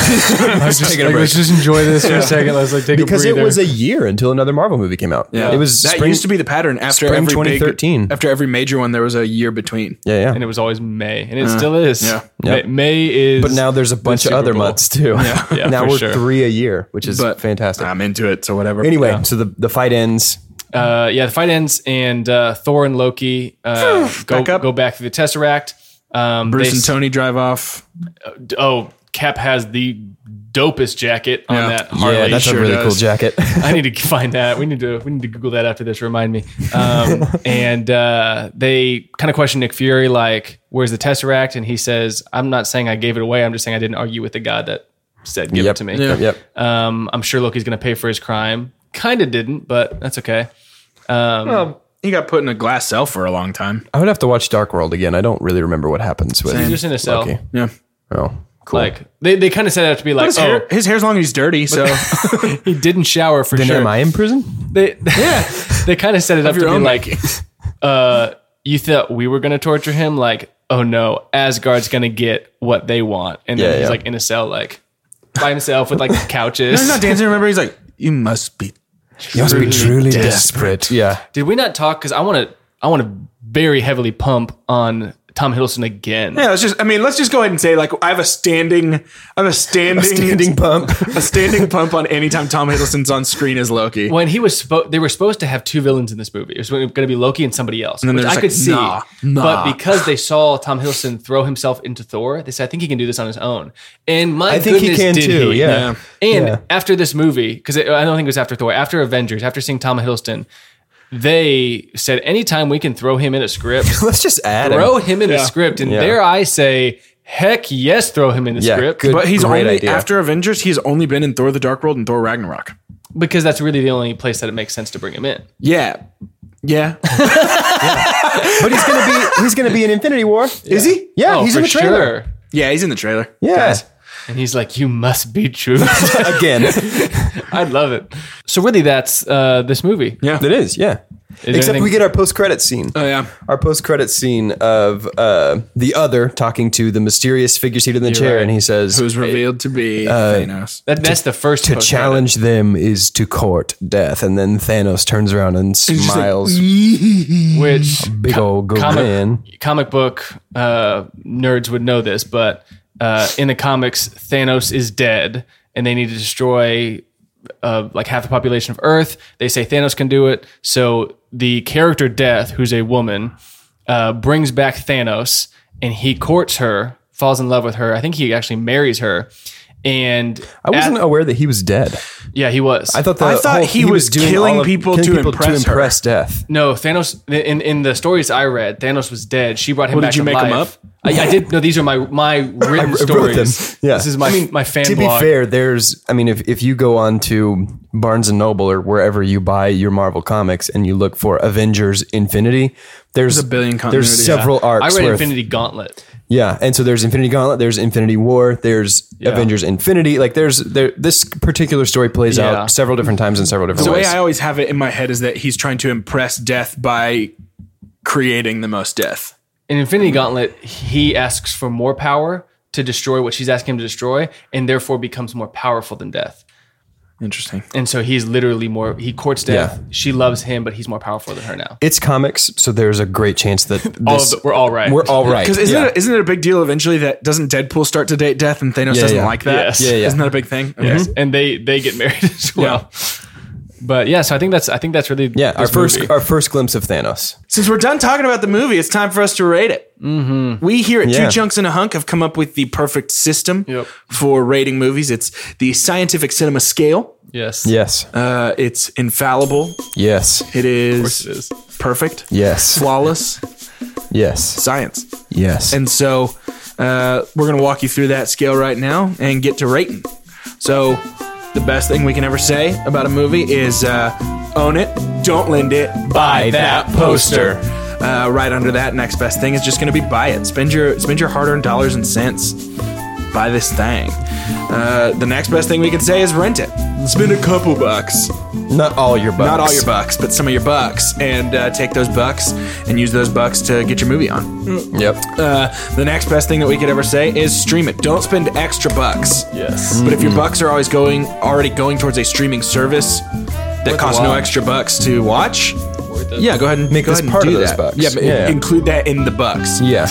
let's, just,
taking a
like,
break.
let's just enjoy this for a second. Let's like take
because
a
it
breather."
was a year until another Marvel movie came out. Yeah, it was
that
spring-
used to be the pattern after
spring
every
2013.
Big, after every major one, there was a year between.
Yeah, yeah.
and it was always May, and it still is.
yeah.
May, May is.
Uh, but now there's a bunch of
Super
other
Bowl.
months too.
Yeah,
now
for
we're
sure.
three a year, which is
But uh,
fantastic.
I'm into it, so whatever.
anyway, so the the fight ends.
uh, yeah, the fight ends, and uh, Thor and Loki uh, go
Back up.
go back through the Tesseract. Um,
Bruce
they
and Tony drive off.
oh, Cap has the dopest jacket on
Yeah.
that Harley.
yeah, that's
sure
a really
does.
cool jacket.
I need to find that. We need to we need to Google that after this. Remind me. Um, and uh, they kind of question Nick Fury, like, "Where's the Tesseract?" And he says, "I'm not saying I gave it away. I'm just saying I didn't argue with the god that said give
yep.
it to me."
Yep. yep.
Um, I'm sure Loki's going to pay for his crime. Kind of didn't, but that's okay.
Well, he got put in a glass cell for a long time.
I would have to watch Dark World again. I don't really remember what happens with.
He's just in a cell.
Loki.
Yeah.
Oh, cool.
Like they, they kind of set it up to be like,
His,
oh,
hair, his hair's long and he's dirty, so
he didn't shower for
then
sure.
am I in prison?
They yeah. They kind of set it up to
your
be
own
like, uh, you thought we were gonna torture him? Like, oh no, Asgard's gonna get what they want, and then
Yeah,
he's
yeah.
like in a cell, like by himself with like couches.
he's not dancing. Remember, he's like, "You must be."
You must be truly desperate. Yeah.
Did we not talk? Because I want to, I want to very heavily pump on Tom Hiddleston again.
Yeah, let's just. I mean, let's just go ahead and say, like, I have a standing, I have a standing,
Standing pump.
a standing pump on anytime Tom Hiddleston's on screen as Loki.
When he was, spo- they were supposed to have two villains in this movie. It was going to be Loki and somebody else,
then
which I
they're
could
just
see.
like, nah, nah.
But because they saw Tom Hiddleston throw himself into Thor, they said, "I think he can do this on his own." And my
I think he
goodness,
can
did
too,
he.
yeah.
And
Yeah.
after this movie, because I don't think it was after Thor, after Avengers, after seeing Tom Hiddleston, they said, "Anytime we can throw him in a script,
Let's just add him.
throw him in a script." And
Yeah.
there I say, "Heck yes, throw him in the
Yeah,
script."
good.
But he's
Great
only
idea.
after Avengers. He's only been in Thor: The Dark World and Thor: Ragnarok.
because that's really the only place that it makes sense to bring him in.
Yeah, yeah.
But he's gonna be he's gonna be in Infinity War.
Is he?
Yeah, he's in
Oh, for
the trailer.
sure.
Yeah, he's in the trailer.
Yeah.
And he's like, "You must be true."
Again.
I love it. So really, that's uh, this movie.
Yeah.
It is, yeah. Except
anything-
we get our post credit scene.
Oh yeah.
our post credit scene of uh, the other talking to the mysterious figure seated in the chair,
right.
and he says,
Who's revealed to be
Uh,
Thanos?
That, that's the first
"To
post-credit.
challenge them is to court death." And then Thanos turns around and smiles,
which
big old good man.
comic, comic book uh, nerds would know this, but uh, in the comics, Thanos is dead, and they need to destroy uh, like half the population of Earth. They say Thanos can do it, so the character Death, who's a woman, uh, brings back Thanos, and he courts her, falls in love with her. I think he actually marries her. And
I wasn't
at-
aware that he was dead.
yeah, he was.
I thought the
I thought
whole-
he was killing
all
people to impress her.
death.
No, Thanos. In in the stories I read, Thanos was dead. She brought him
Well, did
back
you
to
make
life.
'em up?
I, I did. No, these are my my written
wrote
stories.
them. Yeah.
This is my my fan
to
blog.
be fair, there's. I mean, if if you go on to Barnes and Noble or wherever you buy your Marvel comics and you look for Avengers Infinity, there's,
a billion
There's
continuity.
several
I
arcs.
read
where
Infinity Gauntlet.
Yeah, and so there's Infinity Gauntlet, there's Infinity War, there's Avengers Infinity. Like there's there this particular story plays
Yeah.
out several different times in several different
The way
ways.
I always have it in my head is that he's trying to impress death by creating the most death.
in Infinity Gauntlet, he asks for more power to destroy what she's asking him to destroy, and therefore becomes more powerful than death.
Interesting.
And so he's literally more. He courts death.
Yeah.
She loves him, but he's more powerful than her now.
it's comics, so there's a great chance that
All
this,
of the- we're all right.
we're all right.
Because isn't,
yeah.
it, isn't it a big deal eventually that doesn't Deadpool start to date death and Thanos doesn't
yeah.
like that?
Yes. Yeah,
yeah.
Isn't that a big thing? Mm-hmm. Okay.
Mhm. and they they get married as well. But yeah, so I think that's I think that's really
yeah, our
this
first
movie.
our first glimpse of Thanos.
Since we're done talking about the movie, it's time for us to rate it. Mm-hmm. We here at
Yeah.
Two Chunks and a Hunk have come up with the perfect system
Yep.
for rating movies. It's the scientific cinema scale.
yes
Yes,
Uh, it's infallible.
yes,
It is,
it is.
perfect.
yes,
Flawless
yes,
science.
yes.
And so uh, we're going to walk you through that scale right now and get to rating. So the best thing we can ever say about a movie is uh, own it, don't lend it, buy that poster. Uh, right under that, next best thing is just going to be buy it. Spend your spend your hard earned dollars and cents. Buy this thing. Uh, the next best thing we can say is rent it. Spend a couple bucks.
not all your bucks.
Not all your bucks, but some of your bucks, and uh, take those bucks and use those bucks to get your movie on.
Yep.
Uh, the next best thing that we could ever say is stream it. Don't spend extra bucks.
yes
But if
Mm-hmm.
your bucks are always going already going towards a streaming service that costs no
watch.
extra bucks to watch, yeah, go ahead and
Make
go
this
ahead and
part
do
of those
that.
bucks.
Yeah, but
Yeah.
include that in the bucks.
Yeah.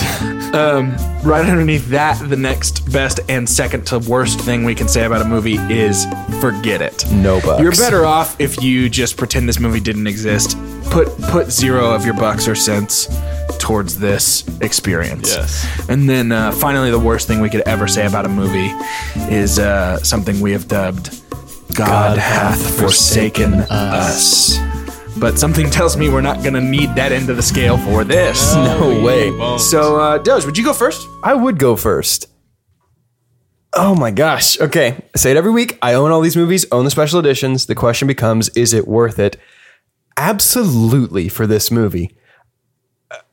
Um, right underneath that, the next best and second to worst thing we can say about a movie is forget it.
No bucks.
You're better off if you just pretend this movie didn't exist. Put put zero of your bucks or cents towards this experience.
Yes.
And then uh, finally, the worst thing we could ever say about a movie is uh, something we have dubbed "God, hath forsaken us." But something tells me we're not going to need that end of the scale for this.
No way.
So, uh, Doge, would you go first?
I would go first. Oh my gosh. Okay. I say it every week. I own all these movies, own the special editions. The question becomes is it worth it? Absolutely for this movie.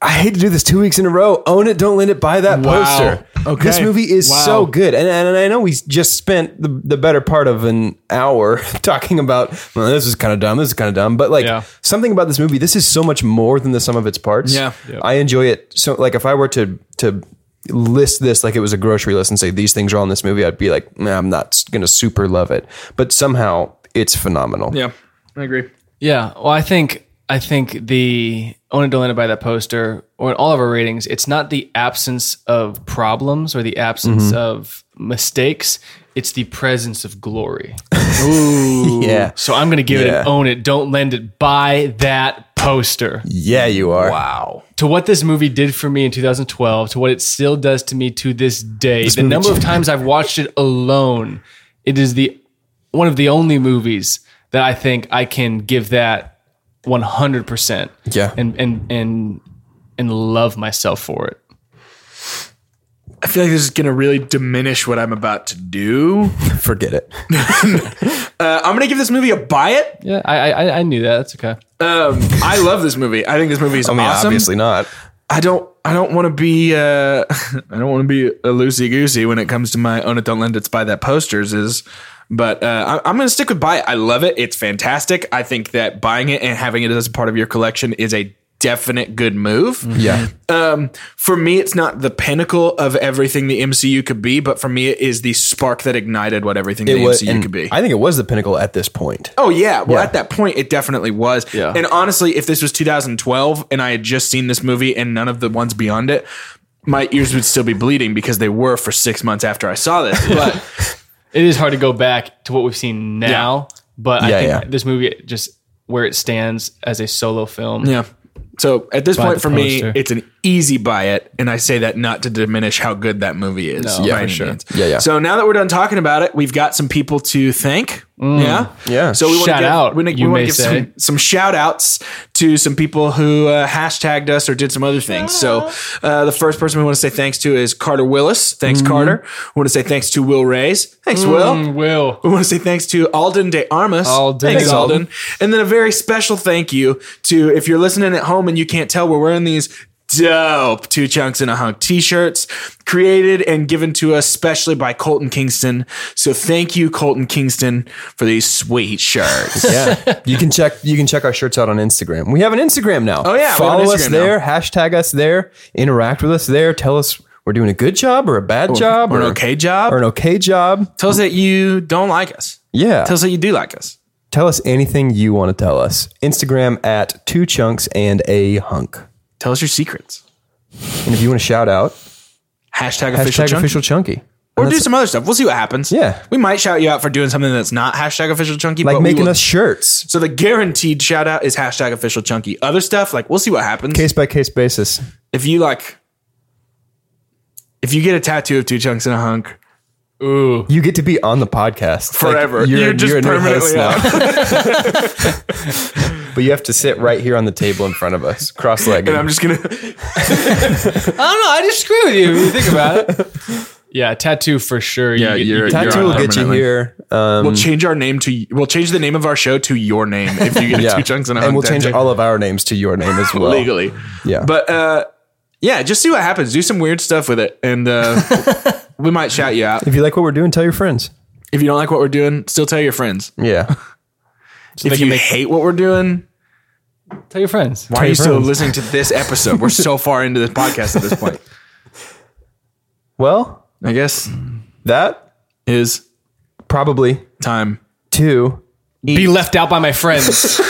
I hate to do this two weeks in a row. Own it, don't lend it, buy that poster.
Okay.
This movie is
Wow.
so good. And, and I know we just spent the, the better part of an hour talking about, well, this is kind of dumb, this is kind of dumb. But like
Yeah.
something about this movie, this is so much more than the sum of its parts.
Yeah.
I enjoy it. So like if I were to to list this like it was a grocery list and say these things are all in this movie, I'd be like, nah, I'm not s- gonna super love it. But somehow it's phenomenal.
Yeah, I agree.
yeah well I think I think the own it don't Own It by that poster or in all of our ratings it's not the absence of problems or the absence of mistakes it's the presence of glory
Yeah.
so I'm gonna give it
Yeah.
an own it don't lend it buy that poster
Yeah, you are.
Wow.
to what this movie did for me in 2012, to what it still does to me to this day, the number of times I've watched it alone, it is the one of the only movies that I think I can give that 100%.
Yeah.
And and and and love myself for it.
I feel like this is going to really diminish what I'm about to do.
Forget it.
Uh, I'm going to give this movie a buy it.
Yeah, I I, I knew that. That's okay.
Um, I love this movie. I think this movie is
I mean,
awesome.
obviously not.
I don't. I don't want to be. Uh, I don't want to be a loosey goosey when it comes to my own it don't lend it's by that posters is. But uh, I, I'm going to stick with buy it. I love it. It's fantastic. I think that buying it and having it as a part of your collection is a definite good move.
Yeah.
Um, for me, it's not the pinnacle of everything the MCU could be, but for me, it is the spark that ignited what everything the
was-
MCU
and
could be.
I think it was the pinnacle at this point.
Oh yeah, well
Yeah.
at that point it definitely was.
Yeah.
And honestly, if this was 2012 and I had just seen this movie and none of the ones beyond it, my ears would still be bleeding because they were for 6 months after I saw this. But
It is hard to go back to what we've seen now, but I
Yeah,
think
yeah.
this movie just where it stands as a solo film.
yeah. So at this point
the
for
poster.
me, it's an easy buy it and I say that not to diminish how good that movie is.
No,
yeah,
for sure.
Yeah, yeah.
So now that we're done talking about it, we've got some people to thank. Yeah.
Yeah.
So we want
Shout
to give,
out,
We, wanna- we
you
wanna
may
give
say.
some, some shout outs to some people who uh, hashtagged us or did some other things. So uh, the first person we want to say thanks to is Carter Willis. Thanks, Carter. We want to say thanks to Will Rays. Thanks, Will.
Mm-hmm. Mm, Will.
We want to say thanks to Alden De Armas.
Alden.
Thanks,
Thanks,
Alden.
Alden.
And then a very special thank you to if you're listening at home and you can't tell, we're wearing these dope. Two chunks and a hunk t-shirts created and given to us specially by Colton Kingston. So thank you, Colton Kingston, for these sweet shirts.
Yeah, you can check you can check our shirts out on Instagram. We have an Instagram now.
Oh, yeah, we have
follow
an
us
Instagram
there, hashtag us there, interact with us there. Tell us we're doing a good job or a bad job
or an okay job.
or an okay job.
Tell us that you don't like us.
Yeah,
Tell us that you do like us.
tell us anything you want to tell us. Instagram at two chunks and a hunk.
Tell us your secrets.
And if you want to shout out,
Hashtag official
hashtag
chunky.
official chunky.
or do some other stuff. We'll see what happens.
Yeah.
We might shout you out for doing something that's not hashtag official chunky.
Like
but we
making
will-
us shirts,
So the guaranteed shout out is hashtag official chunky. Other stuff, like we'll see what happens.
case by case basis.
if you like if you get a tattoo of two chunks and a hunk
Ooh.
You get to be on the podcast Like,
forever, you're, just
a new
permanently
host
out.
but you have to sit right here on the table in front of us, cross legged.
And I'm just gonna
I don't know. I just agree with you when you think about it. yeah, tattoo for sure.
Yeah,
get-
you're-
get-
you're
Tattoo
on
will get you
permanently.
here. Um,
we'll change our name to we'll change the name of our show to your name if you get
yeah.
two chunks and a hunk.
and we'll change
tattoo.
all of our names to your name as well.
legally.
Yeah.
But uh yeah, just see what happens. Do some weird stuff with it. And uh we might shout you out.
If you like what we're doing, tell your friends.
If you don't like what we're doing, still tell your friends.
Yeah.
if you hate what we're doing,
Tell your friends.
why are you
your
still
friends.
listening to this episode? We're so far into this podcast at this point.
Well,
I guess
that
is
probably
time.
two.
Be left out by my friends.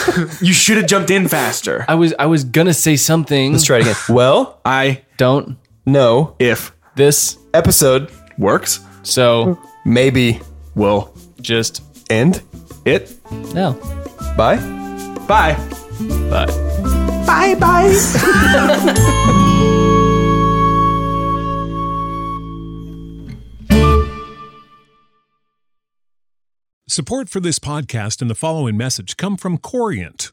You should have jumped in faster.
I was I was gonna say something.
Let's try it again. Well,
I
Don't
no.
if
this.
Episode
works
So
maybe
will
just
end.
it.
no.
Bye.
Bye.
But.
Bye bye.
Support for this podcast and the following message come from Corient.